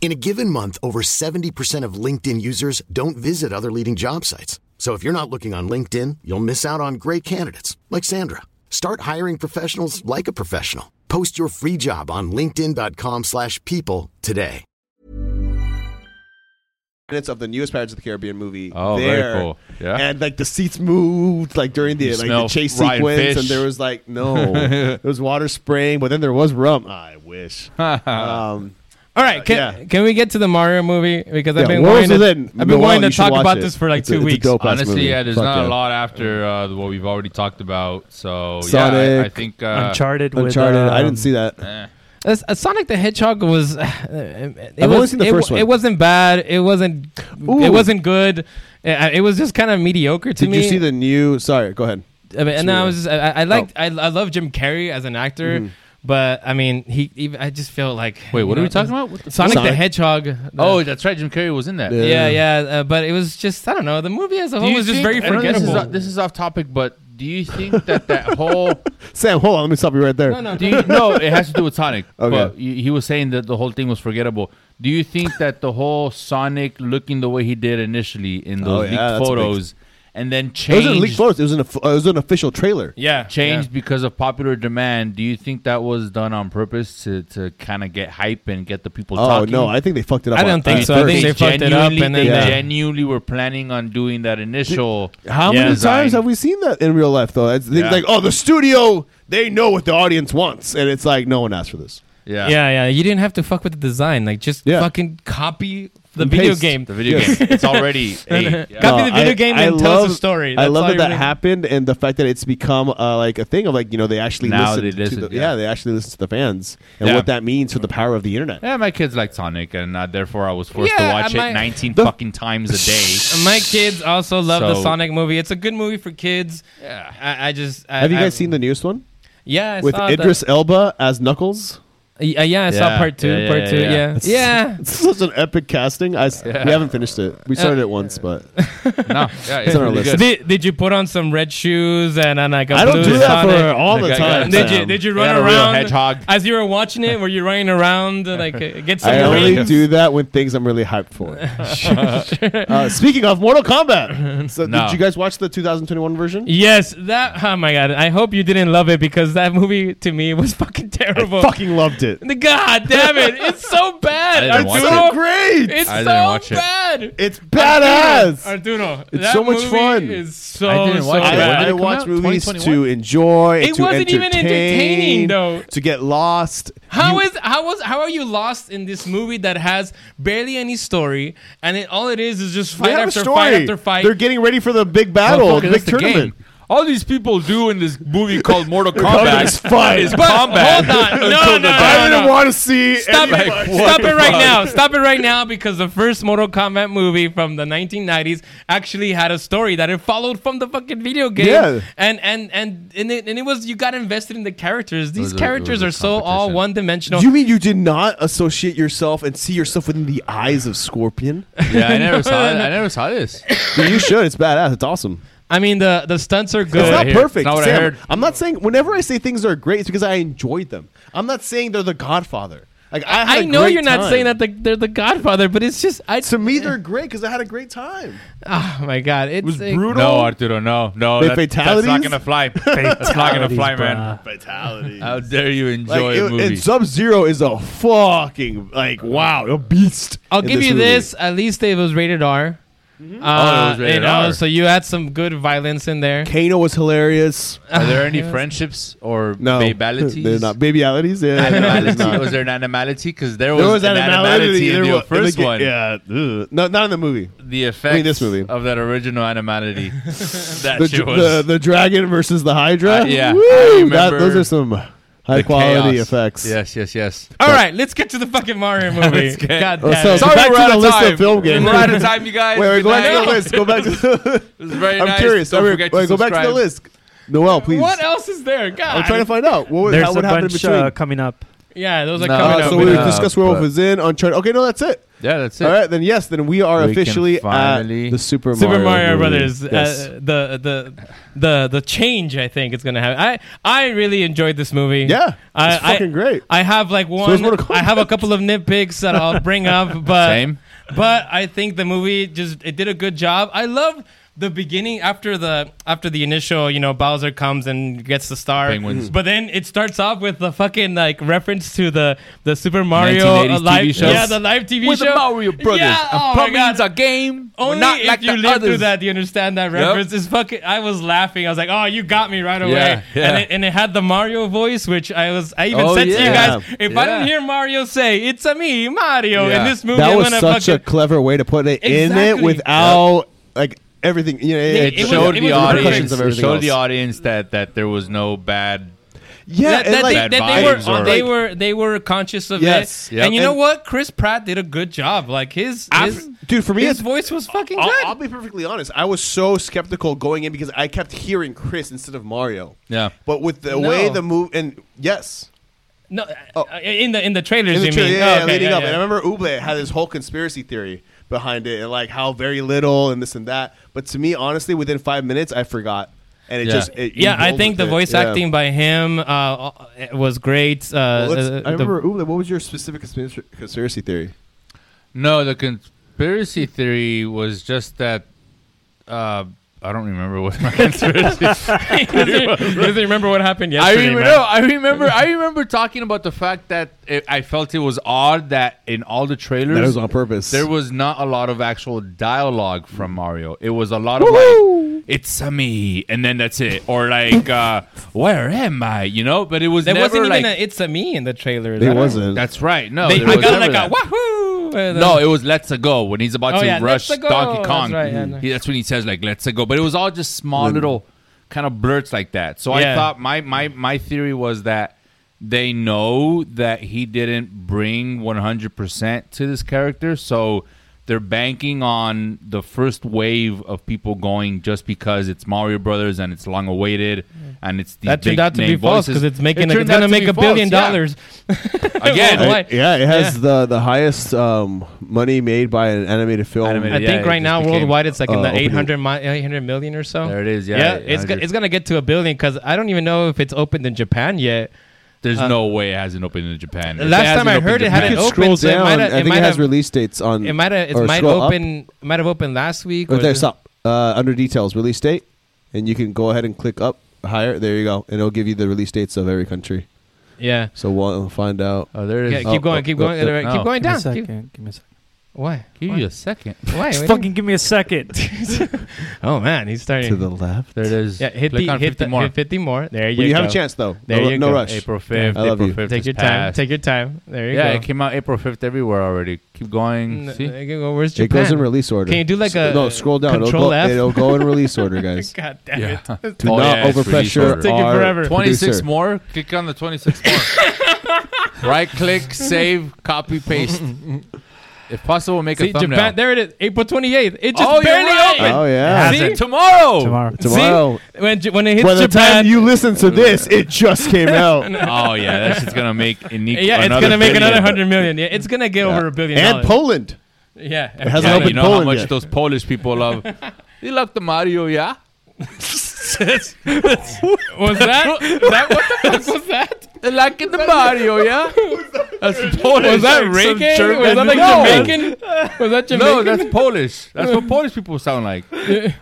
Speaker 9: In a given month, over 70% of LinkedIn users don't visit other leading job sites. So if you're not looking on LinkedIn, you'll miss out on great candidates like Sandra. Start hiring professionals like a professional. Post your free job on linkedin.com/people slash people today.
Speaker 4: minutes of the newest Pirates of the Caribbean movie.
Speaker 6: Oh, very
Speaker 4: there.
Speaker 6: cool. Yeah.
Speaker 4: and like the seats moved like during the
Speaker 6: You
Speaker 4: like the
Speaker 6: smell
Speaker 4: chase
Speaker 6: fried
Speaker 4: sequence,
Speaker 6: fish.
Speaker 4: and there was like no, there was water spraying, but then there was rum. I wish. um,
Speaker 3: All right, can,
Speaker 4: yeah.
Speaker 3: can we get to the Mario movie? Because I've
Speaker 4: Yeah,
Speaker 3: been
Speaker 4: what
Speaker 3: wanting
Speaker 4: was
Speaker 3: to,
Speaker 4: it
Speaker 3: I've
Speaker 4: in?
Speaker 3: been
Speaker 4: Noel,
Speaker 3: wanting
Speaker 4: you
Speaker 3: to
Speaker 4: should
Speaker 3: talk
Speaker 4: watch
Speaker 3: about
Speaker 4: it.
Speaker 3: this for like
Speaker 4: It's a-
Speaker 3: two
Speaker 4: it's a
Speaker 3: weeks.
Speaker 4: dope- Last
Speaker 6: Honestly,
Speaker 4: movie.
Speaker 6: yeah, there's
Speaker 4: Fuck
Speaker 6: not
Speaker 4: yeah.
Speaker 6: a lot after uh, what we've already talked about. So yeah, I, I
Speaker 4: Sonic,
Speaker 6: think uh,
Speaker 7: Uncharted. With,
Speaker 4: Uncharted. I
Speaker 7: um,
Speaker 4: didn't see that.
Speaker 6: eh.
Speaker 3: Uh, S- uh, Sonic the Hedgehog was. uh, it
Speaker 4: I've
Speaker 3: was,
Speaker 4: only seen the
Speaker 3: it,
Speaker 4: first
Speaker 3: wa-
Speaker 4: one.
Speaker 3: It wasn't bad. It wasn't. It
Speaker 4: Ooh.
Speaker 3: wasn't good. Uh, It was just kind of mediocre to
Speaker 4: Did
Speaker 3: me.
Speaker 4: you see the Oh. new? Sorry, go ahead.
Speaker 3: I mean, and I
Speaker 4: Sure.
Speaker 3: was just, I, I liked I, I love Jim Carrey as an actor,
Speaker 4: Mm-hmm.
Speaker 3: but I mean he even I just feel like
Speaker 6: wait, what are we
Speaker 3: you know,
Speaker 6: talking about? What the-
Speaker 3: Sonic, the
Speaker 4: Sonic?
Speaker 3: Hedgehog.
Speaker 6: Oh, that's right. Jim Carrey was in that.
Speaker 4: Yeah.
Speaker 3: yeah, yeah, uh, but it was just I don't know the movie as a
Speaker 6: Do
Speaker 3: whole
Speaker 6: you
Speaker 3: was just
Speaker 6: think-
Speaker 3: very
Speaker 6: I know
Speaker 3: forgettable.
Speaker 6: This is, off- this is off topic, but do you think that that whole
Speaker 4: Sam, hold on. Let me stop you right there.
Speaker 3: no, no,
Speaker 6: do you, no, it has to do with Sonic.
Speaker 4: Okay.
Speaker 6: But he he was saying that the whole thing was forgettable. Do you think that the whole Sonic looking the way he did initially in
Speaker 4: Oh,
Speaker 6: those
Speaker 4: yeah, that's a
Speaker 6: leaked
Speaker 4: big-
Speaker 6: photos and then
Speaker 4: It
Speaker 6: changed
Speaker 4: wasn't leaked photos. It was an it was an official trailer.
Speaker 3: yeah,
Speaker 6: changed because of popular demand, do you think that was done on purpose to, to kind of get hype and get the people
Speaker 4: Oh
Speaker 6: talking?
Speaker 4: no, I think they fucked it up.
Speaker 3: I
Speaker 4: on-
Speaker 3: don't think
Speaker 4: at
Speaker 3: so. I think
Speaker 4: first.
Speaker 3: they fucked it up
Speaker 6: genuinely-
Speaker 3: and then
Speaker 6: they
Speaker 4: they-
Speaker 6: genuinely were planning on doing that initial.
Speaker 4: How many
Speaker 6: design.
Speaker 4: times have we seen that in real life though? It's things
Speaker 6: Yeah.
Speaker 4: like, oh, the studio, they know what the audience wants, and it's like no one asked for this.
Speaker 6: Yeah.
Speaker 3: yeah, yeah, You didn't have to fuck with the design. Like just
Speaker 4: Yeah.
Speaker 3: fucking copy the
Speaker 4: And
Speaker 3: video
Speaker 4: paste
Speaker 3: game.
Speaker 6: The video
Speaker 4: Yes.
Speaker 6: game. It's already eight. Yeah.
Speaker 3: Copy the video game and tell us a story.
Speaker 4: I
Speaker 3: That's all
Speaker 4: love that
Speaker 3: you
Speaker 4: that
Speaker 3: really-
Speaker 4: happened, and the fact that it's become uh, like a thing of like you know they actually
Speaker 6: Now
Speaker 4: listen
Speaker 6: they listen,
Speaker 4: to the,
Speaker 6: yeah.
Speaker 4: yeah. they actually listen to the fans and
Speaker 6: Yeah.
Speaker 4: what that means for the power of the internet.
Speaker 6: Yeah, my kids like Sonic, and uh, therefore I was forced
Speaker 3: Yeah,
Speaker 6: to watch
Speaker 3: I might-
Speaker 6: it 19
Speaker 4: The-
Speaker 6: fucking times a day.
Speaker 3: My kids also love the
Speaker 6: So-
Speaker 3: Sonic movie. It's a good movie for kids.
Speaker 6: Yeah.
Speaker 3: I, I just I,
Speaker 4: Have you
Speaker 3: I-
Speaker 4: guys seen the newest one
Speaker 3: Yeah, I
Speaker 4: with
Speaker 3: saw
Speaker 4: Idris Elba as Knuckles?
Speaker 3: the- Y- uh, yeah, I saw part two. part two. Yeah. Yeah.
Speaker 4: It's such an epic casting. I s-
Speaker 3: Yeah.
Speaker 4: we haven't finished it. We started it once, but
Speaker 6: no, yeah,
Speaker 4: it's on our list.
Speaker 3: Did, did you put on some red shoes and, and like a
Speaker 4: I don't
Speaker 3: blue
Speaker 4: do that for
Speaker 3: sonic?
Speaker 4: all the Like, I got- time,
Speaker 3: Did you
Speaker 4: Sam.
Speaker 3: did you
Speaker 4: I
Speaker 3: run
Speaker 4: got a real
Speaker 3: around
Speaker 4: hedgehog.
Speaker 3: as you were watching it? Were you running around uh, like uh, get some
Speaker 4: I only
Speaker 3: rings?
Speaker 4: do that when things I'm really hyped for. uh, speaking of Mortal Kombat, so
Speaker 3: No.
Speaker 4: did you guys watch the 2021 version?
Speaker 3: Yes, that. Oh my god! I hope you didn't love it because that movie to me was fucking terrible.
Speaker 4: Fucking loved it.
Speaker 3: The- God damn it! It's so bad.
Speaker 4: I didn't
Speaker 3: Arturo,
Speaker 4: watch it. It's great.
Speaker 3: It's
Speaker 4: I
Speaker 3: so
Speaker 4: didn't watch it.
Speaker 3: bad.
Speaker 4: It's badass.
Speaker 3: Arturo, Arturo,
Speaker 4: It's
Speaker 3: that
Speaker 4: so much
Speaker 3: movie
Speaker 4: fun.
Speaker 3: Is so
Speaker 4: I didn't watch
Speaker 3: so bad.
Speaker 4: I watch movies to enjoy.
Speaker 3: It
Speaker 4: to
Speaker 3: wasn't even
Speaker 4: entertain,
Speaker 3: entertaining, though.
Speaker 4: To get lost.
Speaker 3: How is how was how are you lost in this movie that has barely any story and it, all it is is just
Speaker 4: They
Speaker 3: fight
Speaker 4: have a
Speaker 3: after
Speaker 4: story.
Speaker 3: fight after fight?
Speaker 4: They're getting ready for the big battle,
Speaker 6: Motherfucker,
Speaker 4: the
Speaker 6: that's
Speaker 4: big
Speaker 6: the
Speaker 4: tournament.
Speaker 6: game. All these people do in this movie called Mortal
Speaker 4: Combat
Speaker 6: Kombat
Speaker 4: is fun.
Speaker 6: is
Speaker 4: But
Speaker 6: combat.
Speaker 4: hold on. No,
Speaker 6: Until the
Speaker 4: no,
Speaker 6: battle.
Speaker 4: I didn't no. wanna see
Speaker 3: Stop
Speaker 4: anybody.
Speaker 3: it!
Speaker 4: Like, what
Speaker 3: Stop
Speaker 4: the
Speaker 3: it right
Speaker 4: fuck?
Speaker 3: now! Stop it right now! Because the first Mortal Kombat movie from the 1990s actually had a story that it followed from the fucking video game.
Speaker 4: Yeah.
Speaker 3: And and and and it, and it was you got invested in the characters. These
Speaker 4: was a- it
Speaker 3: characters are so all one dimensional.
Speaker 4: You mean you did not associate yourself and see yourself within the eyes of Scorpion?
Speaker 6: Yeah, I never
Speaker 3: No,
Speaker 6: saw. it.
Speaker 3: no.
Speaker 6: I never saw this.
Speaker 4: Dude, you should. It's badass. It's awesome.
Speaker 3: I mean the the stunts are good.
Speaker 4: It's not
Speaker 3: Here.
Speaker 4: perfect.
Speaker 3: Not what I
Speaker 4: Sam.
Speaker 3: heard.
Speaker 4: I'm not saying whenever I say things are great, it's because I enjoyed them. I'm not saying they're the Godfather. Like I, had
Speaker 3: I
Speaker 4: a
Speaker 3: know
Speaker 4: great
Speaker 3: you're not
Speaker 4: time.
Speaker 3: saying that the, they're the Godfather, but it's just I,
Speaker 4: to me they're great because I had a great time.
Speaker 3: Oh my god, it's, it was
Speaker 6: No, Arturo, no, no.
Speaker 4: The
Speaker 6: that- That's not
Speaker 4: fatalities?
Speaker 6: gonna fly. that's not gonna fly,
Speaker 4: Fatalities,
Speaker 6: man.
Speaker 4: Fatalities.
Speaker 6: How dare you
Speaker 4: Like,
Speaker 6: enjoy a
Speaker 4: it-
Speaker 6: movie?
Speaker 4: and Sub Zero is a fucking like wow, a beast.
Speaker 3: I'll
Speaker 4: in
Speaker 3: give you
Speaker 4: movie.
Speaker 3: this. At least it was rated R.
Speaker 6: Oh, it
Speaker 3: Uh,
Speaker 6: was rated
Speaker 3: you know,
Speaker 6: R.
Speaker 3: So you had some good violence in there.
Speaker 4: Kano was hilarious.
Speaker 6: Are there any friendships or
Speaker 4: No,
Speaker 6: babalities?
Speaker 4: they're not babyitis. Yeah, there's
Speaker 6: Animality.
Speaker 4: not.
Speaker 6: was there an animality? Because there
Speaker 4: There
Speaker 6: was,
Speaker 4: was
Speaker 6: an
Speaker 4: animality.
Speaker 6: animality,
Speaker 4: There
Speaker 6: in
Speaker 4: wa-
Speaker 6: the
Speaker 4: in the
Speaker 6: first
Speaker 4: ga-
Speaker 6: one.
Speaker 4: yeah, ugh. no, not in the movie.
Speaker 6: The effect
Speaker 4: I mean, this movie.
Speaker 6: of that original animality. that
Speaker 4: the,
Speaker 6: shit
Speaker 4: dr-
Speaker 6: was.
Speaker 4: the the dragon versus the hydra.
Speaker 6: Uh, yeah, I
Speaker 4: Woo! That-
Speaker 6: remember
Speaker 4: those are some high
Speaker 6: the
Speaker 4: quality
Speaker 6: chaos.
Speaker 4: effects.
Speaker 6: Yes, yes, yes.
Speaker 3: All right, let's get to the fucking Mario movie.
Speaker 6: Let's get-
Speaker 3: God
Speaker 4: Oh,
Speaker 3: damn
Speaker 4: so
Speaker 3: it.
Speaker 4: Sorry, back we're to out the of list of time. film games.
Speaker 6: We're out of time, you guys.
Speaker 4: Wait, wait,
Speaker 6: Good
Speaker 4: go back to
Speaker 6: night.
Speaker 4: the list. Go back to the
Speaker 6: This is very
Speaker 4: I'm
Speaker 6: nice.
Speaker 4: curious.
Speaker 6: Don't
Speaker 4: Wait,
Speaker 6: forget
Speaker 4: wait,
Speaker 6: to
Speaker 4: go back to the
Speaker 6: subscribe.
Speaker 4: list. Noel, please.
Speaker 3: What else is there? God,
Speaker 4: I'm trying to find out. What would,
Speaker 7: There's
Speaker 4: how would
Speaker 7: a
Speaker 4: happen
Speaker 7: bunch
Speaker 4: between?
Speaker 7: uh, coming up.
Speaker 3: Yeah, those are
Speaker 4: Uh,
Speaker 3: coming up.
Speaker 4: so we
Speaker 3: Yeah.
Speaker 4: discussed Werewolf
Speaker 3: but-
Speaker 4: is in Uncharted. Okay, no, that's it.
Speaker 6: Yeah, that's it.
Speaker 4: All right, then yes, then we are
Speaker 6: We can
Speaker 4: officially at
Speaker 6: finally-
Speaker 4: the Super Mario,
Speaker 3: Super Mario
Speaker 4: movie.
Speaker 3: Brothers.
Speaker 4: Yes.
Speaker 3: Uh, the the the the change I think it's gonna happen. I I really enjoyed this movie. Yeah, I,
Speaker 4: it's fucking great.
Speaker 3: I have like one.
Speaker 4: is Mortal Kombat.
Speaker 3: I have a couple of nitpicks that I'll bring up, but but I think the movie just it did a good job. I love the beginning after the after the initial you know Bowser comes and gets the star,
Speaker 6: Penguins.
Speaker 3: but then it starts off with the fucking like reference to the the Super Mario uh,
Speaker 6: 1980s
Speaker 3: live
Speaker 6: TV show.
Speaker 3: yeah the live TV
Speaker 6: With
Speaker 3: show
Speaker 6: the Mario Brothers.
Speaker 3: Yeah,
Speaker 6: And
Speaker 3: oh my
Speaker 6: plumbing's
Speaker 3: god,
Speaker 6: a game. We're
Speaker 3: Only
Speaker 6: not
Speaker 3: if
Speaker 6: like
Speaker 3: you
Speaker 6: the
Speaker 3: lived through
Speaker 6: others.
Speaker 3: that, do you understand
Speaker 6: Yep.
Speaker 3: that reference. It's fucking. I was laughing. I was like, "Oh, you got me right away!"
Speaker 6: yeah.
Speaker 3: And, it, and it had the Mario voice, which I was. I even
Speaker 6: Oh,
Speaker 3: said to you
Speaker 6: yeah.
Speaker 3: guys, "If I don't
Speaker 6: Yeah.
Speaker 3: hear Mario say it's a me Mario in this movie,
Speaker 4: that
Speaker 3: I'm
Speaker 4: was
Speaker 3: gonna
Speaker 4: such a
Speaker 3: fucking."
Speaker 4: clever way to put it in it
Speaker 3: Exactly.
Speaker 4: without like everything. You know,
Speaker 6: It,
Speaker 4: yeah,
Speaker 6: showed the audience.
Speaker 4: repercussions of
Speaker 6: It
Speaker 4: everything
Speaker 6: showed
Speaker 4: else.
Speaker 6: the audience that that there was no bad.
Speaker 4: Yeah,
Speaker 3: that,
Speaker 4: and
Speaker 3: that
Speaker 4: like-
Speaker 3: they, that they
Speaker 6: Bad vibes
Speaker 3: were
Speaker 6: or-
Speaker 3: they
Speaker 6: like-
Speaker 3: were they were conscious of
Speaker 6: Yes.
Speaker 3: it.
Speaker 6: Yep.
Speaker 3: And you know
Speaker 6: And-
Speaker 3: what? Chris Pratt did a good job. Like his, his
Speaker 4: dude for me,
Speaker 3: his
Speaker 4: it's-
Speaker 3: voice was fucking
Speaker 4: I'll,
Speaker 3: good.
Speaker 4: I'll be perfectly honest. I was so skeptical going in because I kept hearing Chris instead of Mario.
Speaker 6: Yeah.
Speaker 4: But with the
Speaker 3: No.
Speaker 4: way the move and yes,
Speaker 3: no,
Speaker 6: Oh.
Speaker 3: uh, in the in the trailers,
Speaker 4: in the
Speaker 3: you
Speaker 4: trailer,
Speaker 3: mean?
Speaker 4: yeah,
Speaker 3: Oh,
Speaker 4: yeah,
Speaker 3: okay,
Speaker 4: leading
Speaker 3: yeah,
Speaker 4: up.
Speaker 3: yeah.
Speaker 4: And I remember Uble had this whole conspiracy theory behind it and like how very little and this and that. But to me, honestly, within five minutes, I forgot, and it
Speaker 3: yeah.
Speaker 4: just it, you
Speaker 3: yeah, I
Speaker 4: rolled
Speaker 3: think the
Speaker 4: with it.
Speaker 3: voice
Speaker 4: Yeah.
Speaker 3: acting by him uh, was great. Uh,
Speaker 4: Well, let's-
Speaker 3: uh,
Speaker 4: I
Speaker 3: the-
Speaker 4: remember Uble. What was your specific conspiracy, conspiracy theory?
Speaker 6: No, the conspiracy theory was just that. Uh, I don't remember what my conspiracy
Speaker 3: he doesn't he doesn't remember what happened yesterday.
Speaker 6: I remember.
Speaker 3: man.
Speaker 6: No, I remember. I remember talking about the fact that it, I felt it was odd that in all the trailers
Speaker 4: That was on purpose.
Speaker 6: There was not a lot of actual dialogue from Mario. It was a lot of like, "It's a me," and then that's it, or like, uh, "Where am I?" You know. But it was
Speaker 3: There
Speaker 6: never
Speaker 3: wasn't
Speaker 6: like
Speaker 3: even a "It's a me" in the trailer.
Speaker 6: There
Speaker 3: I don't-
Speaker 6: wasn't. That's right. No,
Speaker 3: they,
Speaker 6: there
Speaker 3: I
Speaker 6: was
Speaker 3: got
Speaker 6: never
Speaker 3: like
Speaker 6: that.
Speaker 3: a wahoo. uh, the-
Speaker 6: No, it was "Let's a go" when he's about
Speaker 3: Oh,
Speaker 6: to
Speaker 3: yeah,
Speaker 6: rush
Speaker 3: "Let's-a-go."
Speaker 6: Donkey
Speaker 3: That's
Speaker 6: Kong.
Speaker 3: right, yeah,
Speaker 6: He-
Speaker 3: no.
Speaker 6: that's when he says like "Let's a go," but it was all just small little kind of blurts like that. So
Speaker 3: Yeah.
Speaker 6: I thought my my my theory was that they know that he didn't bring one hundred percent to this character, so they're banking on the first wave of people going just because it's Mario Brothers and it's long awaited and it's these
Speaker 3: That turned
Speaker 6: big
Speaker 3: out to be
Speaker 6: name
Speaker 3: false
Speaker 6: voices.
Speaker 3: because it's making
Speaker 6: It
Speaker 3: it's
Speaker 6: turned out
Speaker 3: gonna
Speaker 6: to
Speaker 3: make
Speaker 6: be
Speaker 3: a
Speaker 6: false,
Speaker 3: billion
Speaker 6: yeah.
Speaker 3: dollars.
Speaker 6: Again,
Speaker 3: Worldwide.
Speaker 4: It- yeah, it has the the highest um, money made by an animated film.
Speaker 3: I think right now worldwide it's like in
Speaker 4: uh,
Speaker 3: the
Speaker 4: opening.
Speaker 3: 800, mi- 800 million or so. There
Speaker 6: it is.
Speaker 4: yeah,
Speaker 3: it's go-
Speaker 4: 800.
Speaker 3: it's gonna get to a billion because I don't even know if it's opened in Japan yet.
Speaker 6: There's
Speaker 3: Uh,
Speaker 6: no way it hasn't opened in Japan. If it
Speaker 3: Last
Speaker 6: hasn't
Speaker 3: time I
Speaker 6: opened
Speaker 3: heard it
Speaker 6: in
Speaker 3: had
Speaker 6: Japan- Oh,
Speaker 3: it
Speaker 4: Scroll
Speaker 3: opened. So it
Speaker 4: down.
Speaker 3: might
Speaker 4: I
Speaker 3: have, it
Speaker 4: think it
Speaker 3: might
Speaker 4: has
Speaker 3: have,
Speaker 4: release dates on.
Speaker 3: it might have,
Speaker 4: or
Speaker 3: it might
Speaker 4: scroll up.
Speaker 3: open, might have opened last week.
Speaker 4: Or
Speaker 3: Or
Speaker 4: there,
Speaker 3: the-
Speaker 4: stop. Uh, under details, release date, and you can go ahead and click up higher. There you go, and it'll give you the release dates of every country.
Speaker 3: Yeah.
Speaker 4: So we'll find out.
Speaker 6: Oh, there it
Speaker 3: Yeah, keep going, keep going, keep going down.
Speaker 7: Give me a
Speaker 3: Keep-
Speaker 7: second. Give me a second.
Speaker 3: Why?
Speaker 6: Give
Speaker 3: Why?
Speaker 6: you a second.
Speaker 3: Why?
Speaker 7: Just
Speaker 3: Wait.
Speaker 7: fucking give me a second.
Speaker 3: oh man, he's starting
Speaker 4: To the left.
Speaker 6: There it is.
Speaker 3: Yeah, hit
Speaker 6: Click
Speaker 3: the
Speaker 6: on
Speaker 3: hit
Speaker 6: 50
Speaker 3: the,
Speaker 6: more.
Speaker 3: hit 50 more. There you
Speaker 4: Well, you
Speaker 3: go.
Speaker 4: have a chance, though.
Speaker 3: There
Speaker 4: No-
Speaker 3: you
Speaker 4: no
Speaker 3: go.
Speaker 4: rush.
Speaker 6: April 5th.
Speaker 4: I love
Speaker 6: April
Speaker 4: you.
Speaker 6: 5th
Speaker 3: Take
Speaker 6: is
Speaker 3: your time.
Speaker 6: passed.
Speaker 3: Take your time. There you
Speaker 6: yeah,
Speaker 3: go.
Speaker 6: it came out April 5th everywhere already. Keep going.
Speaker 3: N-
Speaker 6: See?
Speaker 3: there you go. Where's
Speaker 4: It
Speaker 3: Japan?
Speaker 4: goes in release order.
Speaker 3: Can you do like
Speaker 4: So-
Speaker 3: a
Speaker 4: no? Scroll down. It'll
Speaker 3: Control
Speaker 4: go,
Speaker 3: F?
Speaker 4: it'll go in release order, guys.
Speaker 3: God damn
Speaker 6: Yeah.
Speaker 3: it.
Speaker 4: Do
Speaker 6: Oh,
Speaker 4: not
Speaker 6: yeah, it's release
Speaker 4: overpressure
Speaker 6: order.
Speaker 3: Take it
Speaker 4: our
Speaker 3: forever.
Speaker 6: 26
Speaker 4: producer.
Speaker 6: more. Click on the 26 more. right click, save, copy, paste. If possible, make
Speaker 3: See,
Speaker 6: a thumbnail.
Speaker 3: Japan. There it is. April 28th. It just
Speaker 6: Oh, you're
Speaker 3: barely
Speaker 6: right.
Speaker 3: opened.
Speaker 4: Oh yeah.
Speaker 6: See?
Speaker 3: Has it.
Speaker 6: Tomorrow.
Speaker 7: Tomorrow.
Speaker 4: Tomorrow.
Speaker 3: See? When, J- when it hits
Speaker 4: By the
Speaker 3: Japan,
Speaker 4: time you listen to this, it just came out.
Speaker 6: Oh, yeah. That shit's going to make Inique
Speaker 3: yeah, it's
Speaker 6: another
Speaker 3: gonna make
Speaker 6: billion.
Speaker 3: another hundred million. Yeah, it's gonna get over a billion.
Speaker 4: and
Speaker 3: dollars.
Speaker 4: Poland.
Speaker 3: yeah,
Speaker 4: It hasn't
Speaker 6: Yeah,
Speaker 4: opened
Speaker 6: you know
Speaker 4: Poland
Speaker 6: how much
Speaker 4: yet.
Speaker 6: those Polish people love. you love the Mario, yeah?
Speaker 3: was that that what the fuck was that?
Speaker 6: They like the Mario, yeah? That's Polish.
Speaker 3: Was that
Speaker 6: Like some
Speaker 3: reggae? Was
Speaker 6: German-
Speaker 3: that like
Speaker 6: No.
Speaker 3: Jamaican? Was that Jamaican?
Speaker 6: No, that's Polish. That's what Polish people sound like.
Speaker 3: you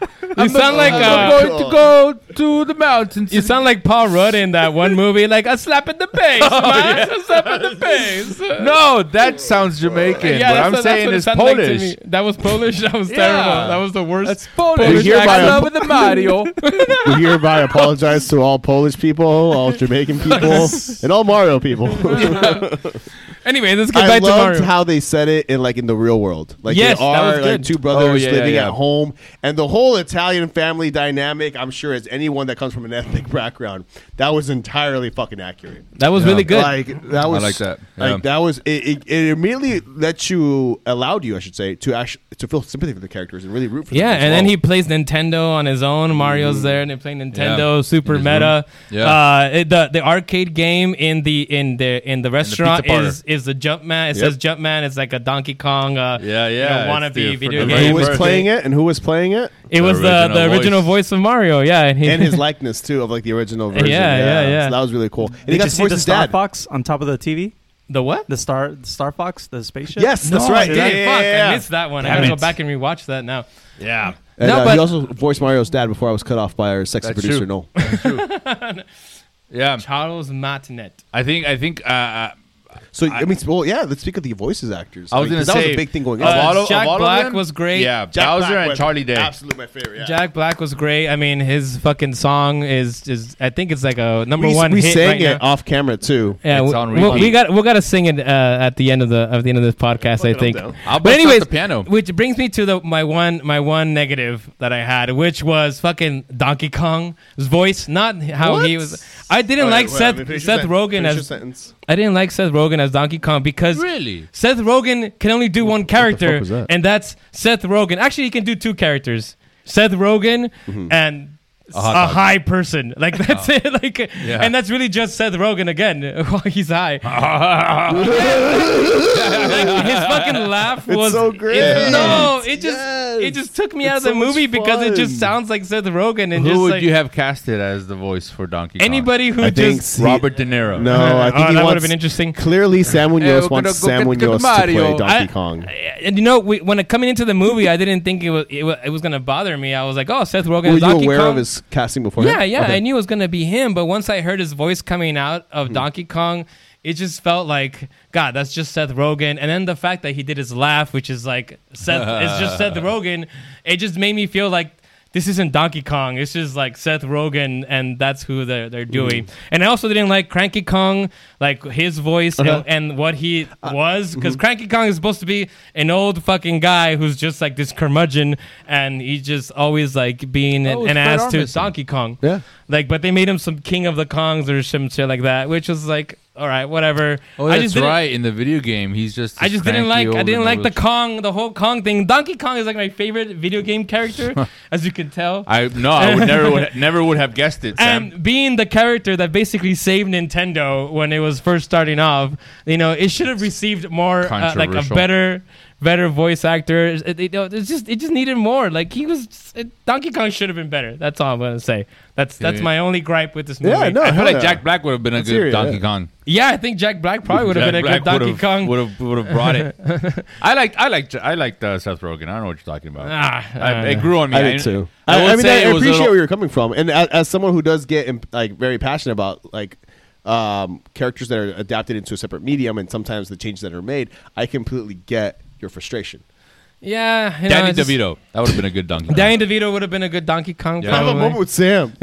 Speaker 3: sound like
Speaker 6: I'm
Speaker 3: uh,
Speaker 6: going to go to the mountains.
Speaker 3: you sound like Paul Rudd in that one movie, like a slap in the
Speaker 6: Oh,
Speaker 3: face, man. a slap in the face.
Speaker 6: no, that sounds Jamaican.
Speaker 3: Yeah,
Speaker 6: what
Speaker 3: that's
Speaker 6: I'm
Speaker 3: what- that's
Speaker 6: saying
Speaker 3: what it
Speaker 6: is
Speaker 3: sounded like to
Speaker 6: Polish.
Speaker 3: me. that was Polish. That was
Speaker 6: Yeah.
Speaker 3: terrible. That was the worst.
Speaker 6: That's Polish.
Speaker 4: We hear
Speaker 6: I
Speaker 4: my-
Speaker 6: love the Mario.
Speaker 4: We hereby apologize to all Polish people, all Jamaican people, and all Mario people.
Speaker 3: anyway, let's get
Speaker 4: I
Speaker 3: back to
Speaker 4: loved
Speaker 3: Mario.
Speaker 4: how they said it in like in the real world. Like
Speaker 3: Yes,
Speaker 4: they
Speaker 3: that
Speaker 4: are
Speaker 3: was
Speaker 4: like
Speaker 3: good.
Speaker 4: two brothers
Speaker 6: Oh, yeah,
Speaker 4: living
Speaker 6: yeah, yeah.
Speaker 4: at home, and the whole Italian family dynamic. I'm sure as anyone that comes from an ethnic background, that was entirely fucking accurate.
Speaker 3: that was really good.
Speaker 4: Like that was
Speaker 6: like that. Yeah.
Speaker 4: Like that was it, it, it. immediately let you allowed you, I should say, to actually to feel sympathy for the characters and really root for
Speaker 3: Yeah,
Speaker 4: them. as
Speaker 3: and then
Speaker 4: well.
Speaker 3: he plays Nintendo on his own. Mario's there, and they're playing Nintendo Super
Speaker 6: Mm. In his
Speaker 3: Meta.
Speaker 6: room. Yeah.
Speaker 3: Uh, it- the the arcade game in the in the in the restaurant
Speaker 6: pizza parlor.
Speaker 3: is is the Jumpman. It says Jumpman. It's like a Donkey Kong. Uh,
Speaker 6: Yeah,
Speaker 3: you
Speaker 6: yeah,
Speaker 3: know, wannabe
Speaker 6: it's the- for
Speaker 3: video
Speaker 6: the
Speaker 4: And
Speaker 3: game.
Speaker 4: who
Speaker 6: Hey,
Speaker 4: was
Speaker 6: Bert.
Speaker 4: playing it and who was playing it
Speaker 3: It was the, the
Speaker 6: original
Speaker 3: original voice. of Mario. Yeah, and he,
Speaker 4: and his likeness too of like the original version.
Speaker 3: Yeah, yeah, yeah.
Speaker 4: So that was really cool. And he
Speaker 7: Did
Speaker 4: got
Speaker 7: you
Speaker 4: to
Speaker 7: see
Speaker 4: voice
Speaker 7: the
Speaker 4: his
Speaker 7: Star
Speaker 4: dad.
Speaker 7: Fox on top of the TV?
Speaker 3: the what?
Speaker 7: The Star the Star Fox, the spaceship.
Speaker 4: Yes, that's
Speaker 3: No, I
Speaker 4: right.
Speaker 3: didn't.
Speaker 4: Yeah, yeah,
Speaker 3: Fuck,
Speaker 4: yeah, yeah.
Speaker 3: I missed that one. I
Speaker 7: Damn
Speaker 3: gotta go
Speaker 7: it.
Speaker 3: back and rewatch that now.
Speaker 6: yeah.
Speaker 4: And,
Speaker 3: No,
Speaker 4: uh,
Speaker 3: but-
Speaker 4: he also voiced Mario's dad before I was cut off by our sexy
Speaker 6: That's
Speaker 4: producer.
Speaker 6: true.
Speaker 4: No,
Speaker 6: Yeah.
Speaker 3: Charles Martinet.
Speaker 6: I think, I think, uh, uh,
Speaker 4: so I, mean, well, yeah. Let's speak of the voices actors.
Speaker 6: I was
Speaker 4: mean,
Speaker 6: going to
Speaker 4: 'cause
Speaker 6: say.
Speaker 4: that was a big thing going
Speaker 6: of
Speaker 4: on.
Speaker 3: Uh,
Speaker 6: all of-
Speaker 3: Jack
Speaker 6: of all of
Speaker 3: Black
Speaker 6: them?
Speaker 3: was great.
Speaker 6: Yeah.
Speaker 4: Jack
Speaker 6: Bowser
Speaker 4: Black
Speaker 6: and
Speaker 4: was
Speaker 6: Charlie Day.
Speaker 4: absolutely my favorite. Yeah.
Speaker 3: Jack Black was great. I mean, his fucking song is is I think it's like a number
Speaker 4: we,
Speaker 3: one.
Speaker 4: we
Speaker 3: hit
Speaker 4: sang
Speaker 3: right
Speaker 4: it Oh,
Speaker 3: now.
Speaker 4: off camera too.
Speaker 3: Yeah,
Speaker 6: It's
Speaker 3: we,
Speaker 6: on
Speaker 3: we- we
Speaker 6: repeat.
Speaker 3: got we got to sing it uh, at the end of the of the end of this podcast. I think.
Speaker 6: I'll
Speaker 3: But
Speaker 6: bust out
Speaker 3: anyways,
Speaker 6: the piano.
Speaker 3: which brings me to the my one my one negative that I had, which was fucking Donkey Kong's voice, not how he was. I
Speaker 4: Oh,
Speaker 3: didn't like Seth Seth Rogen as I didn't like Seth Rogen as Donkey Kong because
Speaker 6: Really?
Speaker 3: Seth Rogen can only do one character,
Speaker 4: was that?
Speaker 3: and that's Seth Rogen. Actually, he can do two characters: Seth Rogen
Speaker 4: Mm-hmm.
Speaker 3: and a,
Speaker 6: hot dog.
Speaker 3: high person. Like
Speaker 4: Oh.
Speaker 3: that's it. Like, and that's really just Seth Rogen again. while He's high. Like, his fucking laugh was
Speaker 4: so great.
Speaker 3: it- no, it just
Speaker 4: Yes.
Speaker 3: it just took me out of
Speaker 4: It's
Speaker 3: the
Speaker 4: so much
Speaker 3: movie because it just
Speaker 4: fun.
Speaker 3: sounds like Seth Rogen and
Speaker 6: who
Speaker 3: just
Speaker 6: would
Speaker 3: like
Speaker 6: you have casted as the voice for Donkey Kong?
Speaker 3: anybody who
Speaker 4: I think
Speaker 3: just.
Speaker 4: see,
Speaker 6: Robert De Niro.
Speaker 4: No, I
Speaker 3: Oh,
Speaker 4: think he
Speaker 3: that would
Speaker 4: wants.
Speaker 3: have been interesting.
Speaker 4: Clearly, Sam
Speaker 6: we're
Speaker 4: Munoz
Speaker 6: gonna
Speaker 4: wants
Speaker 6: go
Speaker 4: Sam
Speaker 6: get- get
Speaker 4: Munoz to play
Speaker 6: Mario.
Speaker 4: Donkey
Speaker 3: I-
Speaker 4: Kong.
Speaker 3: And you know, we, when it, coming into the movie, I didn't think it was it was, it was gonna bother me. I was like, oh, Seth Rogen.
Speaker 4: Were
Speaker 3: is
Speaker 4: you
Speaker 3: Donkey
Speaker 4: aware
Speaker 3: Kong.
Speaker 4: of his casting before?
Speaker 3: Yeah, yeah, I knew it was gonna be him, but once I heard his voice coming out
Speaker 6: Hmm.
Speaker 3: of Donkey Kong, it just felt like God. That's just Seth Rogen, and then the fact that he did his laugh, which is like Seth, it's just Seth Rogen. It just made me feel like. This isn't Donkey Kong. This is like Seth Rogen, and that's who they're, they're doing.
Speaker 6: Hmm.
Speaker 3: And I also didn't like Cranky Kong, like his voice
Speaker 6: Uh-huh.
Speaker 3: and, and what he
Speaker 6: Uh,
Speaker 3: was, because
Speaker 6: mm-hmm.
Speaker 3: Cranky Kong is supposed to be an old fucking guy who's just like this curmudgeon, and he's just always like being
Speaker 6: Oh,
Speaker 3: an,
Speaker 6: it's
Speaker 3: an
Speaker 6: Fred
Speaker 3: ass to
Speaker 6: Armisen.
Speaker 3: Donkey Kong.
Speaker 4: Yeah.
Speaker 3: Like, but they made him some King of the Kongs or some shit like that, which was like, all right, whatever.
Speaker 6: Oh,
Speaker 3: I
Speaker 6: that's
Speaker 3: just didn't-
Speaker 6: right. In the video game, he's just.
Speaker 3: I just didn't like I didn't like the Kong, the whole Kong thing. Donkey Kong is like my favorite video game character, as you can tell.
Speaker 6: I no, I would never would never would have guessed it. Sam.
Speaker 3: and being the character that basically saved Nintendo when it was first starting off, you know, it should have received more uh, like a
Speaker 6: Controversial.
Speaker 3: better better voice actor. It, it, you know, it's just it just needed more. Like he was just- it, Donkey Kong should have been better. That's all I'm going to say. That's that's
Speaker 6: Yeah.
Speaker 3: my only gripe with this movie.
Speaker 6: I feel like Jack Black would have been a
Speaker 3: Let's
Speaker 6: good
Speaker 3: hear it,
Speaker 6: Donkey
Speaker 3: yeah.
Speaker 6: Kong.
Speaker 3: Yeah, I think Jack Black probably would have
Speaker 6: Jack
Speaker 3: been a
Speaker 6: Black
Speaker 3: good Donkey
Speaker 6: would've-
Speaker 3: Kong.
Speaker 6: would've- would've brought it. I liked I liked I liked uh, Seth Rogen. I don't know what you're talking about.
Speaker 3: Ah,
Speaker 6: I-
Speaker 3: uh,
Speaker 6: it grew on me.
Speaker 4: I did too.
Speaker 6: I,
Speaker 4: I,
Speaker 6: will
Speaker 4: I mean, I
Speaker 6: say it was a
Speaker 4: appreciate
Speaker 6: little-
Speaker 4: where you're coming from, and as, as someone who does get imp- like very passionate about like um, characters that are adapted into a separate medium, and sometimes the changes that are made, I completely get your frustration.
Speaker 3: yeah, you know,
Speaker 6: Danny
Speaker 3: it's just-
Speaker 6: DeVito. That would have been a good Donkey. Kong.
Speaker 3: Danny DeVito would have been a good Donkey Kong.
Speaker 6: Yeah. Have a
Speaker 3: probably.
Speaker 6: moment with
Speaker 4: Sam.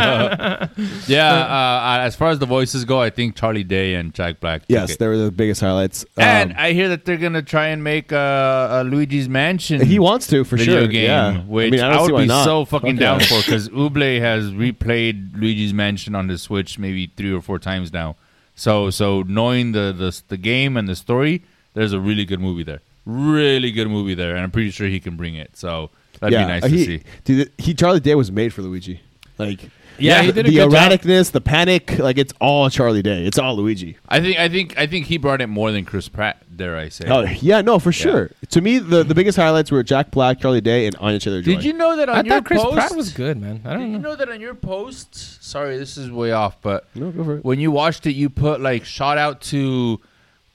Speaker 6: yeah, uh, uh, as far as the voices go, I think Charlie Day and Jack Black. took
Speaker 4: Yes,
Speaker 6: it.
Speaker 4: they were the biggest highlights.
Speaker 6: And I hear that they're gonna try and make uh, uh, Luigi's Mansion.
Speaker 4: Um, He wants to, for
Speaker 6: video
Speaker 4: sure,
Speaker 6: game,
Speaker 4: yeah. I
Speaker 6: which I,
Speaker 4: mean, I don't see
Speaker 6: would
Speaker 4: why
Speaker 6: be
Speaker 4: not.
Speaker 6: so fucking
Speaker 4: Fuck
Speaker 6: down
Speaker 4: yeah.
Speaker 6: for because Uble has replayed Luigi's Mansion on the Switch maybe three or four times now. So so knowing the the, the game and the story, there's a really good movie there. Really good movie there, and I'm pretty sure he can bring it. So that'd
Speaker 4: yeah,
Speaker 6: be nice
Speaker 4: uh, he,
Speaker 6: to see.
Speaker 4: Dude, he Charlie Day was made for Luigi. Like,
Speaker 6: Yeah, he
Speaker 4: the-
Speaker 6: did a
Speaker 4: the
Speaker 6: good job.
Speaker 4: erraticness, the panic, like it's all Charlie Day. It's all Luigi.
Speaker 6: I think I think I think he brought it more than Chris Pratt. Dare I say?
Speaker 4: Oh yeah, no, for sure. To me, the, the biggest highlights were Jack Black, Charlie Day, and Anya Taylor Joy.
Speaker 6: Did you know that on
Speaker 3: I
Speaker 6: your
Speaker 3: thought Chris
Speaker 6: post?
Speaker 3: Pratt was good, man. I don't
Speaker 6: Did
Speaker 3: know.
Speaker 6: you know that on your post? Sorry, this is way off, but when you watched it, you put like shout out to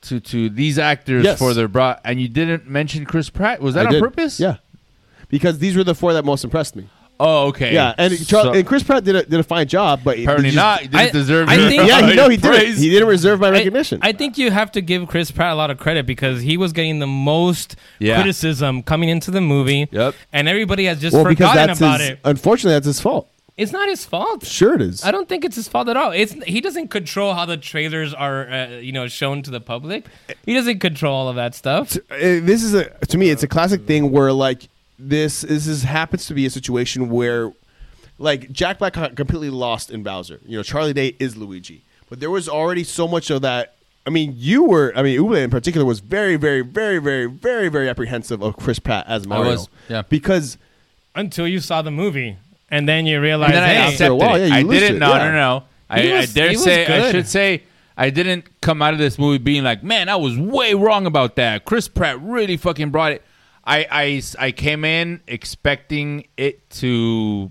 Speaker 6: to to these actors
Speaker 4: Yes.
Speaker 6: for their bra, and you didn't mention Chris Pratt. Was that
Speaker 4: I
Speaker 6: on
Speaker 4: did.
Speaker 6: purpose?
Speaker 4: Yeah, because these were the four that most impressed me.
Speaker 6: Oh, okay.
Speaker 4: Yeah, and, Char-
Speaker 6: So-
Speaker 4: and Chris Pratt did a, did a fine job, but
Speaker 6: Apparently
Speaker 4: he
Speaker 6: not. He didn't I- deserve
Speaker 3: I your- think-
Speaker 4: yeah, he, no, he
Speaker 3: praise.
Speaker 4: didn't. He didn't reserve my recognition.
Speaker 3: I think you have to give Chris Pratt a lot of credit because he was getting the most
Speaker 4: Yeah.
Speaker 3: criticism coming into the movie. Yep. And everybody has just
Speaker 4: well, because
Speaker 3: forgotten
Speaker 4: that's
Speaker 3: about
Speaker 4: his,
Speaker 3: it.
Speaker 4: Unfortunately, that's his fault.
Speaker 3: It's not his fault.
Speaker 4: Sure, it is.
Speaker 3: I don't think it's his fault at all. It's he doesn't control how the trailers are, uh, you know, shown to the public. He doesn't control all of that stuff.
Speaker 4: Uh, this is a to me it's a classic thing where like this this is happens to be a situation where like Jack Black got completely lost in Bowser. You know, Charlie Day is Luigi, but there was already so much of that. I mean, you were. I mean, Uble in particular was very, very, very, very, very, very apprehensive of Chris Pratt as Mario.
Speaker 3: was,
Speaker 6: yeah.
Speaker 4: Because
Speaker 3: Until you saw the movie, and then you realize,
Speaker 6: And then
Speaker 3: hey,
Speaker 6: I accepted it. I didn't. No, no, no.
Speaker 3: He
Speaker 6: I,
Speaker 3: was-
Speaker 6: I dare
Speaker 3: he was
Speaker 6: say. I
Speaker 3: good.
Speaker 6: should say. I didn't come out of this movie being like, man, I was way wrong about that. Chris Pratt really fucking brought it. I, I, I came in expecting it to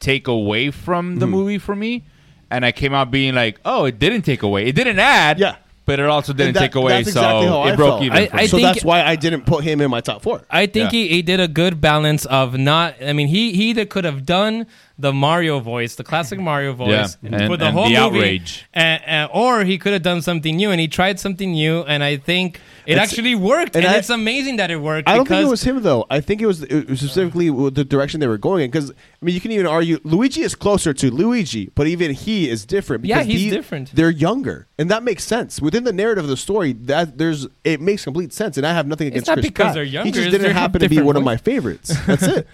Speaker 6: take away from
Speaker 4: Hmm.
Speaker 6: the movie for me, and I came out being like, oh, it didn't take away. It didn't add. Yeah. But it also didn't
Speaker 4: that-
Speaker 6: take away,
Speaker 4: that's
Speaker 6: so
Speaker 4: exactly how
Speaker 6: it
Speaker 4: I
Speaker 6: broke
Speaker 4: felt.
Speaker 6: even. for me.
Speaker 4: so that's why I didn't put him in my top four.
Speaker 3: I think
Speaker 4: Yeah.
Speaker 3: he, he did a good balance of not. I mean, he, he either could have done the Mario voice, the classic Mario voice,
Speaker 6: Yeah, and-
Speaker 3: for the
Speaker 6: and
Speaker 3: whole
Speaker 6: the
Speaker 3: movie,
Speaker 6: outrage.
Speaker 3: and- and- or he could have done something new. And he tried something new, and I think it
Speaker 4: It's-
Speaker 3: actually worked. And,
Speaker 4: and I-
Speaker 3: it's amazing that it worked.
Speaker 4: I don't
Speaker 3: because
Speaker 4: think it was him though. I think it was, it was specifically with the direction they were going in. Because I mean, you can even argue Luigi is closer to Luigi, but even he is different.
Speaker 3: Yeah,
Speaker 4: Because
Speaker 3: he's
Speaker 4: the-
Speaker 3: different.
Speaker 4: They're younger, and that makes sense within the narrative of the story. That there's it makes complete sense, and I have nothing against
Speaker 3: not
Speaker 4: Chris
Speaker 3: because
Speaker 4: Pratt.
Speaker 3: they're younger,
Speaker 4: He just
Speaker 3: it's
Speaker 4: didn't
Speaker 3: they have
Speaker 4: happen to be
Speaker 3: different
Speaker 4: one of
Speaker 3: voices.
Speaker 4: my favorites. That's it.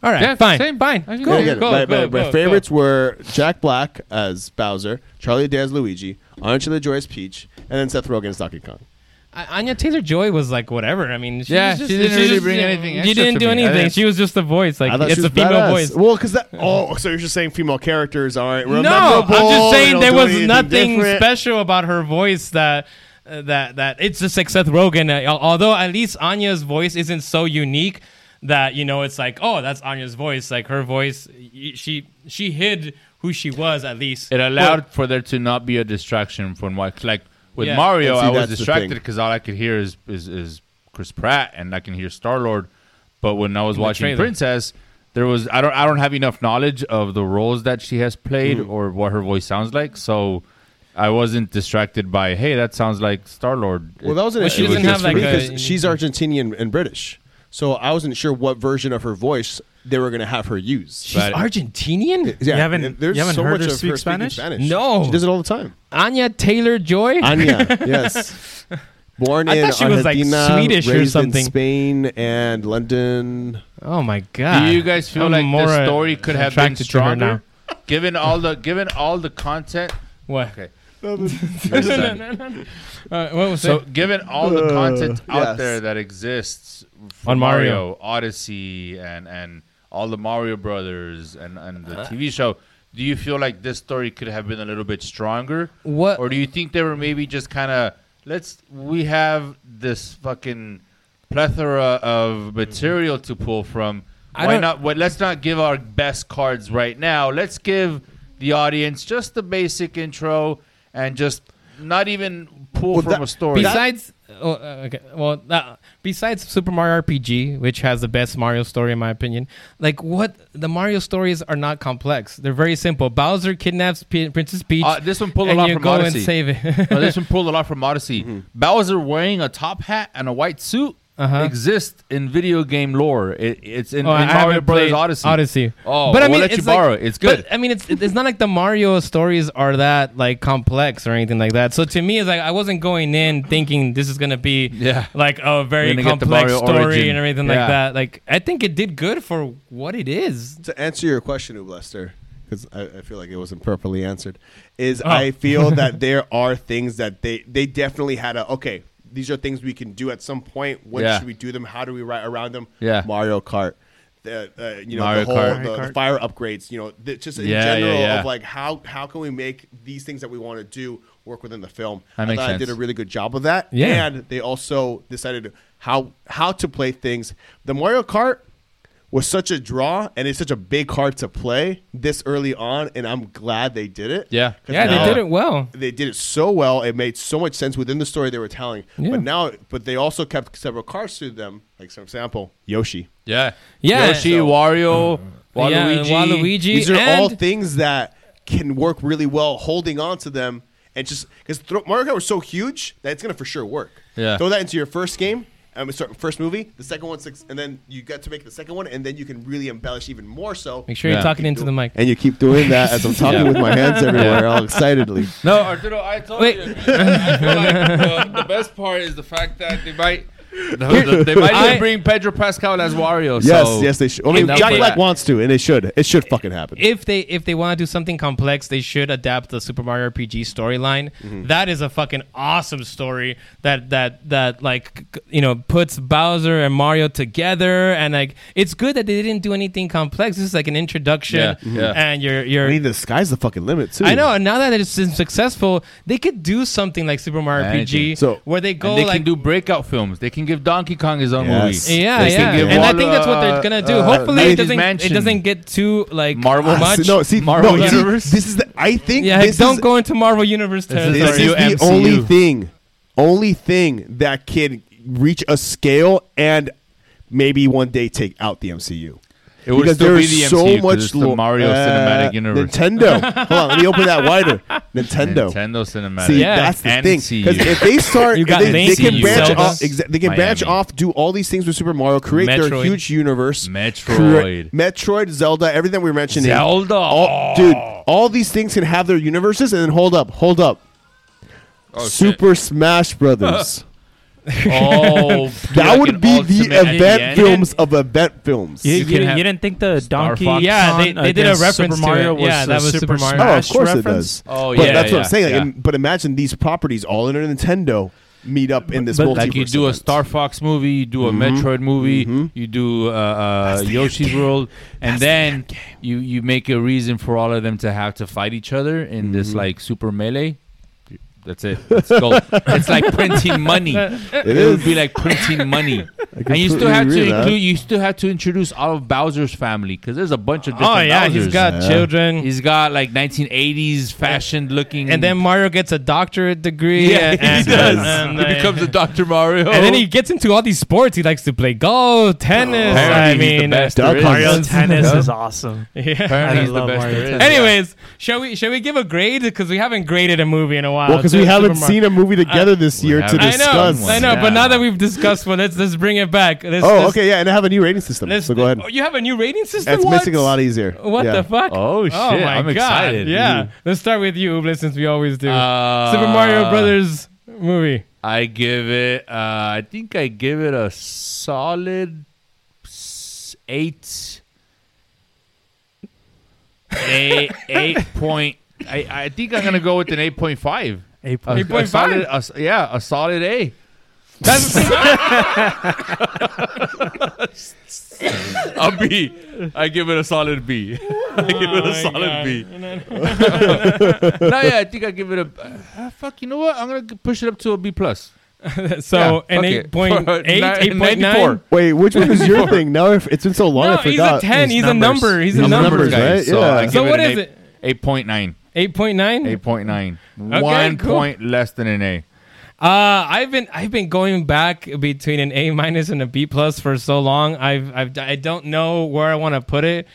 Speaker 3: All right,
Speaker 6: Yeah,
Speaker 3: fine,
Speaker 6: same,
Speaker 3: fine.
Speaker 6: I can go,
Speaker 3: Cool,
Speaker 4: Yeah,
Speaker 6: go,
Speaker 4: my,
Speaker 6: go,
Speaker 4: my- my
Speaker 6: go, go.
Speaker 4: favorites were Jack Black as Bowser, Charlie Day as Luigi, Anna Joy as Peach, and then Seth Rogen as Donkey Kong.
Speaker 3: I- Anya Taylor Joy was like whatever. I mean, she
Speaker 6: Yeah,
Speaker 3: was just,
Speaker 6: she didn't really bring anything
Speaker 3: She
Speaker 6: extra
Speaker 3: didn't
Speaker 6: to
Speaker 3: do
Speaker 6: me. I
Speaker 3: anything.
Speaker 6: didn't-
Speaker 3: She was just a voice.
Speaker 4: I
Speaker 3: Like
Speaker 4: thought she
Speaker 3: it's a
Speaker 4: was
Speaker 3: female
Speaker 4: badass.
Speaker 3: voice.
Speaker 4: Well, because that. Oh, so you're just saying female characters aren't
Speaker 3: No, I'm
Speaker 4: rememberable.
Speaker 3: just
Speaker 4: they
Speaker 3: saying
Speaker 4: don't
Speaker 3: there
Speaker 4: do
Speaker 3: was
Speaker 4: anything
Speaker 3: nothing
Speaker 4: different.
Speaker 3: special about her voice that uh, that that it's just like Seth Rogen. Uh, al- although at least Anya's voice isn't so unique that you know it's like oh that's Anya's voice. Like her voice, y- she she hid who she was at least.
Speaker 6: It allowed for there to not be a distraction from what, like with
Speaker 3: Yeah.
Speaker 6: Mario,
Speaker 3: And see,
Speaker 6: I was
Speaker 3: that's the
Speaker 6: distracted
Speaker 3: thing.
Speaker 6: because all I could hear is, is is Chris Pratt and I can hear Star Lord. But when I was
Speaker 3: In the
Speaker 6: watching
Speaker 3: trailer.
Speaker 6: Princess, there was I don't I don't have enough knowledge of the roles that she has played
Speaker 3: Mm.
Speaker 6: or what her voice sounds like, so I wasn't distracted by hey that sounds like Star Lord.
Speaker 4: Well, that was an issue because for me, 'cause she's Argentinian and British, so I wasn't sure what version of her voice they were going to have her use.
Speaker 3: She's Argentinian.
Speaker 4: Yeah, You haven't- and there's you haven't so heard much her of her speak speaking Spanish? Spanish.
Speaker 3: No,
Speaker 4: She does it all the time.
Speaker 3: Anya Taylor Joy.
Speaker 4: Anya, yes. Born
Speaker 3: I
Speaker 4: in
Speaker 3: thought she was, like,
Speaker 4: Argentina,
Speaker 3: Swedish or
Speaker 4: raised
Speaker 3: something.
Speaker 4: in Spain and London.
Speaker 3: Oh my
Speaker 6: Do
Speaker 3: god!
Speaker 6: you guys feel
Speaker 3: I'm
Speaker 6: like
Speaker 3: more,
Speaker 6: the
Speaker 3: uh,
Speaker 6: story could have been
Speaker 3: attracted to her now.
Speaker 6: stronger, given all the given all the content?
Speaker 3: What?
Speaker 6: Okay.
Speaker 3: Uh, what was
Speaker 6: so
Speaker 3: that?
Speaker 6: given all the
Speaker 3: Uh,
Speaker 6: content out
Speaker 3: yes.
Speaker 6: there that exists for
Speaker 3: On Mario.
Speaker 6: Odyssey and and all the Mario Brothers and and the
Speaker 3: Uh.
Speaker 6: TV show, do you feel like this story could have been a little bit stronger?
Speaker 3: What-
Speaker 6: or do you think they were maybe just kind of let's we have this fucking plethora of material to pull from.
Speaker 3: I
Speaker 6: Why
Speaker 3: don't-
Speaker 6: not? Well, let's not give our best cards right now. Let's give the audience just the basic intro and just not even pull from a story.
Speaker 3: Besides, oh, uh, okay, well, uh, besides Super Mario RPG, which has the best Mario story in my opinion, like what the Mario stories are not complex. They're very simple. Bowser kidnaps P- Princess Peach.
Speaker 6: Uh, this one pulled a
Speaker 3: and
Speaker 6: lot
Speaker 3: you
Speaker 6: from
Speaker 3: go
Speaker 6: Odyssey.
Speaker 3: and save Mm-hmm. it.
Speaker 6: No, this one pulled a lot from Odyssey. Bowser wearing a top hat and a white suit exists in video game lore. It, it's in,
Speaker 3: Uh-huh. Oh, I
Speaker 6: in Mario
Speaker 3: haven't
Speaker 6: Brothers
Speaker 3: played
Speaker 6: Odyssey.
Speaker 3: Odyssey.
Speaker 6: Oh,
Speaker 3: but I mean,
Speaker 6: we'll let
Speaker 3: it's
Speaker 6: you borrow
Speaker 3: like-
Speaker 6: it. It's good.
Speaker 3: But, I mean, it's it's not like the Mario stories are that like complex or anything like that. So to me, it's like I wasn't going in thinking this is gonna be like a very
Speaker 6: You're gonna get the
Speaker 3: complex
Speaker 6: Mario
Speaker 3: story
Speaker 6: origin.
Speaker 3: and everything
Speaker 6: Yeah.
Speaker 3: like that. Like I think it did good for what it is.
Speaker 4: To answer your question, Ublester, because I, I feel like it wasn't properly answered, is
Speaker 3: Oh.
Speaker 4: I feel that there are things that they they definitely had a okay. These are things we can do at some point. When
Speaker 6: Yeah.
Speaker 4: should we do them? How do we write around them?
Speaker 6: Yeah.
Speaker 4: Mario Kart. The, uh, you know
Speaker 6: Mario
Speaker 4: the whole
Speaker 6: Kart.
Speaker 4: The,
Speaker 6: Mario
Speaker 4: the fire upgrades. You know, the, just in
Speaker 6: Yeah, yeah,
Speaker 4: general
Speaker 6: yeah.
Speaker 4: of like how how can we make these things that we want to do work within the film.
Speaker 6: That
Speaker 4: I
Speaker 6: makes
Speaker 4: thought I did
Speaker 6: sense.
Speaker 4: a really good job of that.
Speaker 6: Yeah.
Speaker 4: and they also decided how how to play things. The Mario Kart was such a draw and it's such a big card to play this early on, and I'm glad they did it.
Speaker 6: Yeah.
Speaker 4: 'Cause
Speaker 3: Yeah, they
Speaker 4: now-
Speaker 3: did it well.
Speaker 4: They did it so well. It made so much sense within the story they were telling.
Speaker 3: Yeah.
Speaker 4: But now, but they also kept several cards through them, like for example, Yoshi.
Speaker 6: Yeah.
Speaker 3: Yeah.
Speaker 6: Yoshi,
Speaker 3: So-
Speaker 6: Wario,
Speaker 3: Yeah,
Speaker 6: Waluigi.
Speaker 3: Waluigi,
Speaker 4: These are all
Speaker 3: and-
Speaker 4: things that can work really well holding on to them and just because throw Mario Kart was so huge that it's gonna for sure work.
Speaker 6: Yeah.
Speaker 4: Throw that into your first game. Um, start first movie, the second one, six, and then you got to make the second one, and then you can really embellish even more. So
Speaker 3: Make sure you're talking into the mic.
Speaker 4: And you keep doing that as I'm talking with my hands everywhere, all excitedly.
Speaker 6: No, Arturo, I told
Speaker 3: Wait.
Speaker 6: you. I feel like the, the best part is the fact that they might.
Speaker 4: Here-
Speaker 6: they might
Speaker 4: I-
Speaker 6: even bring Pedro Pascal as Wario.
Speaker 4: yes,
Speaker 6: so
Speaker 4: yes, they should. I mean,
Speaker 6: Enough
Speaker 4: Jack
Speaker 6: of
Speaker 4: Black
Speaker 6: that.
Speaker 4: wants to, and it should. It should fucking happen.
Speaker 3: if they if they want to do something complex, they should adapt the Super Mario RPG storyline.
Speaker 4: Mhm.
Speaker 3: That is a fucking awesome story that that that like c- you know puts Bowser and Mario together, and like it's good that they didn't do anything complex. This is like an introduction,
Speaker 4: Yeah, yeah.
Speaker 3: and you're you're.
Speaker 4: I mean, the sky's the fucking limit too.
Speaker 3: I know, and now that it's been successful, they could do something like Super Mario
Speaker 6: Anything.
Speaker 3: RPG, where they go
Speaker 6: and they
Speaker 3: like
Speaker 6: can do breakout films. They can give Donkey Kong his own
Speaker 3: Yes.
Speaker 6: movie.
Speaker 3: Yeah,
Speaker 6: They can
Speaker 3: yeah.
Speaker 6: give
Speaker 3: And I
Speaker 6: Walu-
Speaker 3: think that's what they're gonna do.
Speaker 6: uh,
Speaker 3: Hopefully, it
Speaker 6: Luigi's
Speaker 3: doesn't
Speaker 6: Mansion.
Speaker 3: it doesn't get too like
Speaker 6: Marvel
Speaker 4: Ah,
Speaker 3: much.
Speaker 4: see- no, see,
Speaker 3: Marvel
Speaker 4: no, see,
Speaker 3: universe.
Speaker 4: this is the. I think
Speaker 3: yeah,
Speaker 4: this
Speaker 3: don't
Speaker 4: is,
Speaker 3: go into Marvel universe territory.
Speaker 4: This is the only thing, only thing that can reach a scale and maybe one day take out the MCU.
Speaker 6: It would still be the MCU 'cause it's the
Speaker 4: lore-
Speaker 6: Mario Cinematic Universe.
Speaker 4: uh, Nintendo. Hold on, let me open that wider. Nintendo.
Speaker 6: Nintendo Cinematic.
Speaker 4: See,
Speaker 6: Yeah.
Speaker 4: that's the
Speaker 6: And
Speaker 4: thing.
Speaker 6: see
Speaker 4: Because
Speaker 6: you.
Speaker 4: if they start,
Speaker 6: You got
Speaker 4: they, they can
Speaker 6: MCU.
Speaker 4: branch
Speaker 6: Zelda.
Speaker 4: off. Exa- they can branch
Speaker 6: Miami.
Speaker 4: off, do all these things with Super Mario, create their
Speaker 6: Metroid.
Speaker 4: huge universe.
Speaker 6: Metroid.
Speaker 4: Cre- Metroid, Zelda, everything we mentioned.
Speaker 6: Zelda. Oh,
Speaker 4: all, dude. All these things can have their universes, and then hold up, hold up.
Speaker 6: Oh, shit.
Speaker 4: Super Smash Brothers.
Speaker 6: Oh,
Speaker 4: that would be the
Speaker 7: ultimate at the
Speaker 6: E
Speaker 4: event
Speaker 7: end?
Speaker 4: films of event films.
Speaker 7: You, you, you didn't think the Donkey
Speaker 4: Fox.
Speaker 3: Yeah, they-
Speaker 7: Kong
Speaker 3: they did a
Speaker 7: against
Speaker 3: reference
Speaker 7: Super
Speaker 3: to
Speaker 7: Mario
Speaker 3: it.
Speaker 7: was
Speaker 3: Yeah,
Speaker 7: a
Speaker 3: that was Super Mario.
Speaker 4: Oh, of
Speaker 7: Smash
Speaker 4: course it
Speaker 7: reference?
Speaker 4: does.
Speaker 6: Oh,
Speaker 4: but that's what I'm saying. Like, im- but imagine these properties all under Nintendo meet up in this multiverse.
Speaker 6: like you do a Star Fox movie, you do a
Speaker 4: Mhm.
Speaker 6: Metroid movie, you do uh, uh, Yoshi's World, and then you you make a reason for all of them to have to fight each other in
Speaker 4: Mm-hmm.
Speaker 6: this like super melee. That's it. It's, gold. it's like printing money. It, would
Speaker 4: is.
Speaker 6: be like printing money, and you
Speaker 4: completely
Speaker 6: still have to
Speaker 4: agree with that.
Speaker 6: include. You still have to introduce all of Bowser's family because there's a bunch of
Speaker 3: Oh,
Speaker 6: different.
Speaker 3: yeah, he's
Speaker 6: Bowsers.
Speaker 3: got Yeah. children.
Speaker 6: He's got like 1980s fashioned looking.
Speaker 3: And then Mario gets a doctorate degree.
Speaker 6: Yeah,
Speaker 3: and,
Speaker 6: he
Speaker 3: and-
Speaker 6: does.
Speaker 3: and,
Speaker 6: He
Speaker 3: uh,
Speaker 6: becomes a Dr. Mario.
Speaker 3: And then he gets into all these sports. He likes to play golf, tennis. I
Speaker 6: Apparently he's the
Speaker 3: mean,
Speaker 6: best there is.
Speaker 7: Mario tennis
Speaker 6: Yeah.
Speaker 7: is awesome.
Speaker 3: Yeah.
Speaker 6: Apparently
Speaker 7: I
Speaker 6: he's the
Speaker 7: love
Speaker 6: best
Speaker 7: Mario
Speaker 6: there is.
Speaker 7: tennis.
Speaker 3: Anyways, shall we shall we give a grade because we haven't graded a movie in a while.
Speaker 4: Well, because we
Speaker 3: Super
Speaker 4: haven't
Speaker 3: Mar-
Speaker 4: seen a movie together this year to
Speaker 3: Uh, I know,
Speaker 4: discuss.
Speaker 3: I know, but now that we've discussed one, let's let's bring it back. Let's-
Speaker 4: oh,
Speaker 3: let's-
Speaker 4: okay, yeah, and I have a new rating system. So go ahead.
Speaker 3: Oh, you have a new rating system.
Speaker 4: That's
Speaker 3: What?
Speaker 4: missing a lot easier.
Speaker 3: What
Speaker 4: Yeah.
Speaker 3: the fuck?
Speaker 4: Oh, shit,
Speaker 3: my
Speaker 4: I'm
Speaker 3: God.
Speaker 4: excited.
Speaker 3: Yeah,
Speaker 4: Mhm.
Speaker 3: let's start with you, Ubla, since we always do.
Speaker 6: Uh,
Speaker 3: Super Mario Brothers movie.
Speaker 6: I give it. Uh, I think I give it a solid s- eight. Eight eight point I, I think I'm gonna go with an 8.5. A-
Speaker 3: 8.5?
Speaker 6: a solid- a s- yeah, a solid A.
Speaker 3: That's-
Speaker 6: a B. I give it a solid B. I give it a
Speaker 3: Oh my
Speaker 6: solid
Speaker 3: God.
Speaker 6: B.
Speaker 3: No, no.
Speaker 6: no, yeah, I think I give it a. Uh, fuck, you know what? I'm gonna g- push it up to a B plus.
Speaker 3: So,
Speaker 6: Yeah,
Speaker 3: an
Speaker 6: fuck it.
Speaker 3: 8.8,
Speaker 6: Ni-
Speaker 3: 8.9?
Speaker 10: Wait, which one was your thing? Now if- it's been so long,
Speaker 3: No,
Speaker 10: I
Speaker 3: Oh, he's a
Speaker 10: forgot.
Speaker 3: 10. He's a number. He's a
Speaker 10: These
Speaker 3: number.
Speaker 10: numbers, right?
Speaker 6: So
Speaker 10: yeah.
Speaker 6: I give
Speaker 3: So
Speaker 6: it
Speaker 3: what
Speaker 6: an
Speaker 3: is
Speaker 6: eight- 8.9.
Speaker 3: 8.9?
Speaker 6: 8.9.
Speaker 3: Okay,
Speaker 6: One
Speaker 3: cool.
Speaker 6: point less than an A.
Speaker 3: Uh, I've been I've been going back between an A minus and a B plus for so long. I've I've I don't know where I want to put it.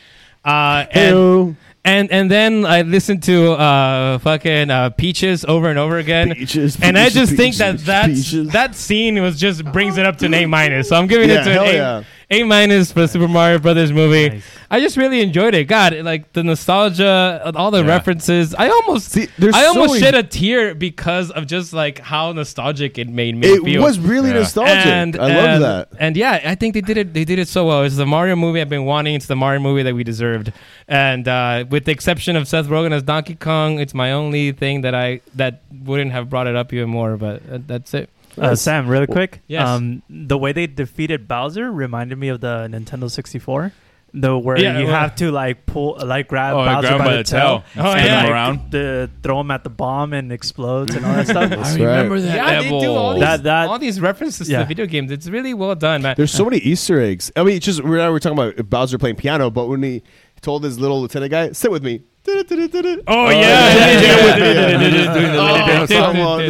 Speaker 3: Uh, and, and and then I listened to uh fucking uh, Peaches over and over again. Peaches, and I
Speaker 10: Peaches,
Speaker 3: just think that that that scene was just brings it up to an A minus. So I'm giving
Speaker 10: Yeah,
Speaker 3: it to an
Speaker 10: hell
Speaker 3: A.
Speaker 10: yeah.
Speaker 3: A minus for the Super Mario Brothers movie. I just really enjoyed it. God, it, like the nostalgia, all the references. I almost
Speaker 4: there's
Speaker 3: I
Speaker 4: so
Speaker 3: almost
Speaker 4: many-
Speaker 3: shed a tear because of just like how nostalgic it made me.
Speaker 4: It
Speaker 3: feel.
Speaker 4: was really Yeah. nostalgic. I love
Speaker 3: and-
Speaker 4: that.
Speaker 3: And yeah, I think they did it. They did it so well. It's the Mario movie I've been wanting. It's the Mario movie that we deserved. And uh, with the exception of Seth Rogen as Donkey Kong, it's my only thing that I that wouldn't have brought it up even more. But uh, that's it.
Speaker 7: Uh, Sam, really quick.
Speaker 3: Yes.
Speaker 7: Um, the way they defeated Bowser reminded me of the Nintendo 64. The where
Speaker 3: Yeah,
Speaker 7: you
Speaker 3: well-
Speaker 7: have to like pull, like grab
Speaker 6: Oh, and
Speaker 7: Bowser
Speaker 6: grab
Speaker 7: by, the tail,
Speaker 6: Oh,
Speaker 7: and,
Speaker 6: yeah.
Speaker 7: like,
Speaker 6: around.
Speaker 7: the- throw him at the bomb and explodes and all that stuff.
Speaker 6: That's I remember right. that
Speaker 3: Yeah, they do all
Speaker 6: level.
Speaker 3: these,
Speaker 7: That- that-
Speaker 3: all these references to
Speaker 7: yeah.
Speaker 3: the video games. It's really well done, man.
Speaker 4: There's so many Easter eggs. I mean, it's just we're now we're talking about Bowser playing piano, but when he told his little lieutenant guy, "Sit with me,"
Speaker 3: Oh yeah, Oh,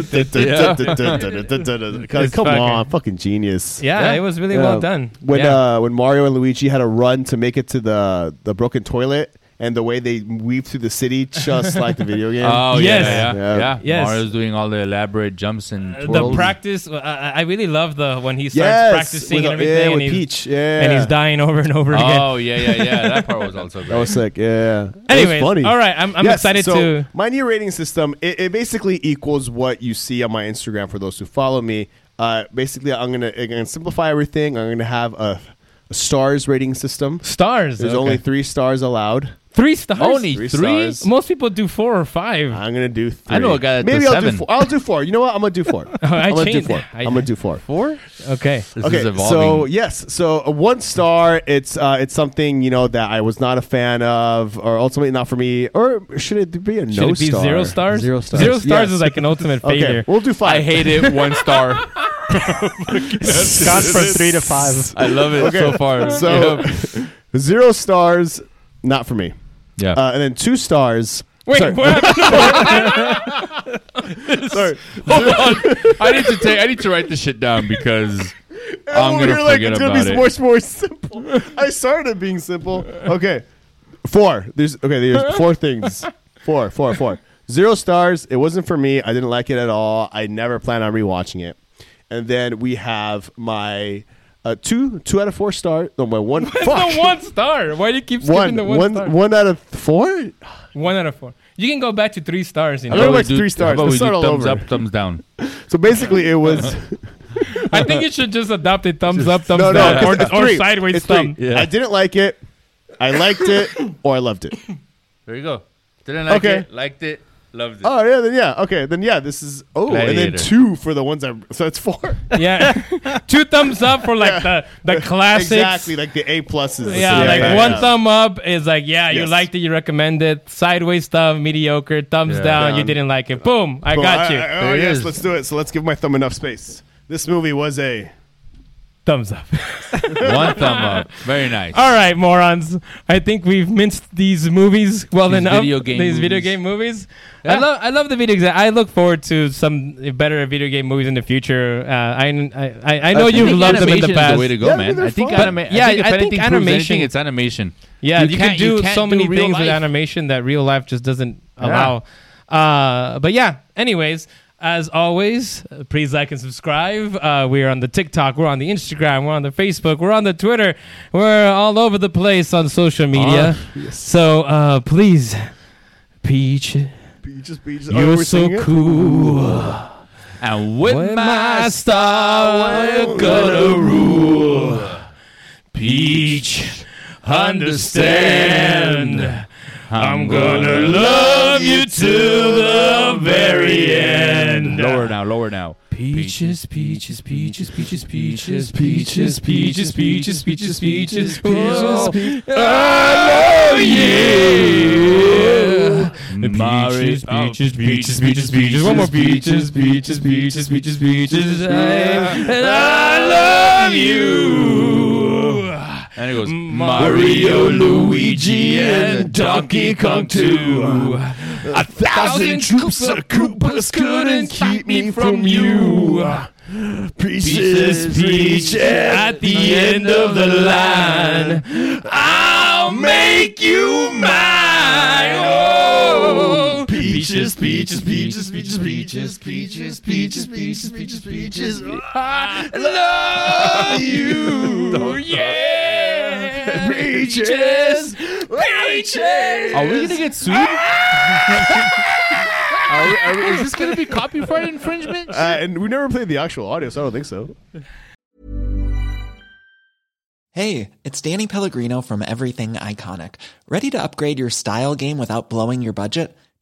Speaker 4: Guys, Come on, fucking genius.
Speaker 3: Yeah, it was really
Speaker 4: Yeah.
Speaker 3: well done.
Speaker 4: When
Speaker 3: Yeah.
Speaker 4: uh, when Mario and Luigi had a run to make it to the the broken toilet. And the way they weave through the city, just like the video game.
Speaker 6: Oh yeah, yeah, yeah.
Speaker 3: Yes.
Speaker 6: Mario's doing all the elaborate jumps and
Speaker 3: the
Speaker 6: twirls.
Speaker 3: practice. uh, I, I really love the when he starts
Speaker 4: Yes,
Speaker 3: practicing
Speaker 4: with,
Speaker 3: and
Speaker 4: uh, yeah,
Speaker 3: everything. and
Speaker 4: with
Speaker 3: he's-
Speaker 4: Peach, yeah.
Speaker 3: and he's dying over and over again.
Speaker 6: Oh yeah, yeah, yeah. That part was also
Speaker 4: That
Speaker 6: great.
Speaker 4: was sick. Yeah.
Speaker 3: Anyways,
Speaker 4: it was funny.
Speaker 3: all right, I'm- I'm
Speaker 4: Yes,
Speaker 3: excited
Speaker 4: so
Speaker 3: to-
Speaker 4: My new rating system it, it basically equals what you see on my Instagram for those who follow me. Uh, basically, I'm gonna, I'm gonna simplify everything. I'm gonna have a, a stars rating system.
Speaker 3: Stars.
Speaker 4: There's
Speaker 3: okay.
Speaker 4: only three stars allowed.
Speaker 3: Three stars.
Speaker 4: Only Three three? stars.
Speaker 3: Most people do four or five.
Speaker 4: I'm gonna do three.
Speaker 6: I know a guy that
Speaker 4: Maybe
Speaker 6: does
Speaker 4: I'll
Speaker 6: seven.
Speaker 4: do four. I'll do four. You know what? I'm gonna do four.
Speaker 3: I
Speaker 4: I'm gonna do
Speaker 3: changed-
Speaker 4: four.
Speaker 3: I-
Speaker 4: I'm gonna do four.
Speaker 3: Four?
Speaker 4: Ah.
Speaker 3: Okay.
Speaker 6: This
Speaker 4: okay,
Speaker 6: is
Speaker 4: so
Speaker 6: evolving.
Speaker 4: yes, so a one star. It's uh, it's something you know that I was not a fan of, or ultimately not for me. Or should it be a
Speaker 3: Should
Speaker 4: no
Speaker 3: it be
Speaker 4: star?
Speaker 3: zero stars?
Speaker 4: Zero stars.
Speaker 3: Zero stars
Speaker 4: Yes.
Speaker 3: is like an ultimate
Speaker 4: Okay,
Speaker 3: failure.
Speaker 4: we'll do five.
Speaker 6: I hate it. One star.
Speaker 3: Oh
Speaker 7: Gone from three to five.
Speaker 6: I love it so far.
Speaker 4: So
Speaker 6: Yep.
Speaker 4: zero stars, not for me.
Speaker 6: Yeah.
Speaker 4: uh, and then two stars.
Speaker 3: Wait,
Speaker 4: sorry,
Speaker 3: what
Speaker 4: sorry.
Speaker 6: Hold on. I need to take. I need to write this shit down because I'm
Speaker 4: Well,
Speaker 6: gonna
Speaker 4: you're like,
Speaker 6: forget
Speaker 4: it's
Speaker 6: about
Speaker 4: gonna be
Speaker 6: it.
Speaker 4: much more simple. I started it being simple. Okay, four. There's okay. There's four things. Four, four, four. Zero stars. It wasn't for me. I didn't like it at all. I never plan on rewatching it. And then we have my uh, two, two out of four star. No, my one.
Speaker 3: It's
Speaker 4: fuck.
Speaker 3: the one star. Why do you keep skipping
Speaker 4: One,
Speaker 3: the one,
Speaker 4: one-
Speaker 3: star?
Speaker 4: one out of four.
Speaker 3: One out of four. You can go back to three stars. You
Speaker 4: I
Speaker 3: know?
Speaker 4: don't
Speaker 6: How about we
Speaker 4: like
Speaker 6: do-
Speaker 4: three stars.
Speaker 6: How about
Speaker 4: Let's
Speaker 6: we
Speaker 4: start
Speaker 6: do
Speaker 4: all
Speaker 6: thumbs
Speaker 4: over.
Speaker 6: up, thumbs down?
Speaker 4: So basically, it was.
Speaker 3: I think you should just adopt a thumbs up, thumbs
Speaker 4: no, no,
Speaker 3: down, or,
Speaker 4: it's
Speaker 3: or
Speaker 4: three.
Speaker 3: sideways
Speaker 4: It's
Speaker 3: thumb.
Speaker 4: three. I didn't like it. I liked it, or I loved it.
Speaker 6: There you go. Didn't like
Speaker 4: Okay.
Speaker 6: it. Liked it. Loved it.
Speaker 4: Oh yeah, then yeah, okay, then yeah, this is oh, and
Speaker 6: Gladiator.
Speaker 4: then two for the ones that so it's four
Speaker 3: Yeah, two thumbs up for like the the classics.
Speaker 4: exactly like the A pluses.
Speaker 3: Yeah, like one thumb up is like, yeah, you
Speaker 4: Yes.
Speaker 3: liked it, you recommend it. Sideways thumb, mediocre. Thumbs
Speaker 6: Yeah.
Speaker 3: down, you
Speaker 4: Down.
Speaker 3: didn't like it. Boom, I
Speaker 4: Boom,
Speaker 3: got you.
Speaker 4: I- oh
Speaker 6: There it
Speaker 4: yes,
Speaker 6: is.
Speaker 4: let's do it. So let's give my thumb enough space. This movie was a
Speaker 3: Thumbs up.
Speaker 6: One thumb up. Very nice.
Speaker 3: All right, morons. I think we've minced these movies well
Speaker 6: These
Speaker 3: enough.
Speaker 6: video game
Speaker 3: these video
Speaker 6: movies.
Speaker 3: game movies. I
Speaker 6: Yeah.
Speaker 3: love I love the video games. I look forward to some better video game movies in the future. Uh, I, I- I I know
Speaker 6: think
Speaker 3: you've loved them in
Speaker 6: animation
Speaker 3: the
Speaker 6: is
Speaker 3: past.
Speaker 6: the way to go,
Speaker 4: Yeah, I think
Speaker 6: man.
Speaker 4: they're
Speaker 6: I think
Speaker 4: fun.
Speaker 6: anima-
Speaker 3: But, yeah,
Speaker 6: I think if
Speaker 3: I think
Speaker 6: anything proves
Speaker 3: animation-
Speaker 6: anything, it's animation.
Speaker 3: Yeah, you, can
Speaker 6: can't- you
Speaker 3: do
Speaker 6: can't
Speaker 3: so many
Speaker 6: real
Speaker 3: things with
Speaker 6: life.
Speaker 3: animation that real life just doesn't
Speaker 6: Yeah.
Speaker 3: allow. Uh, but yeah, anyways, as always, uh, please like and subscribe. Uh, we are on the TikTok, we're on the Instagram, we're on the Facebook, we're on the Twitter, we're all over the place on social media.
Speaker 6: Ah,
Speaker 3: So uh, please, Peach,
Speaker 6: Oh,
Speaker 4: peaches, peaches.
Speaker 3: you're so cool.
Speaker 6: And with,
Speaker 3: With
Speaker 6: my
Speaker 3: my
Speaker 6: star, we're gonna rule. Peach, understand. I'm gonna love you to the very end. Lower now, lower now.
Speaker 3: Peaches, peaches, peaches, peaches, peaches, peaches, peaches, peaches, peaches, peaches, peaches. I love you. Peaches, peaches, peaches, peaches, peaches. One more peaches, peaches, peaches, peaches, peaches. And I love you.
Speaker 6: And it goes
Speaker 3: Mario, Luigi, and Donkey Kong 2. A thousand troops of Koopas couldn't keep me from you. Peaches, peach, at the end of the line, I'll make you mine. Oh, peaches, peaches, peaches, peaches, peaches, peaches, peaches, peaches, peaches, peaches. I Ah,
Speaker 6: Oh,
Speaker 3: love you. Yeah. Peaches, peaches.
Speaker 6: Are we gonna get sued? Are we- are we- is this gonna be copyright infringement?
Speaker 4: Uh, and we never played the actual audio, so I don't think so.
Speaker 11: Hey, it's Danny Pellegrino from Everything Iconic. Ready to upgrade your style game without blowing your budget?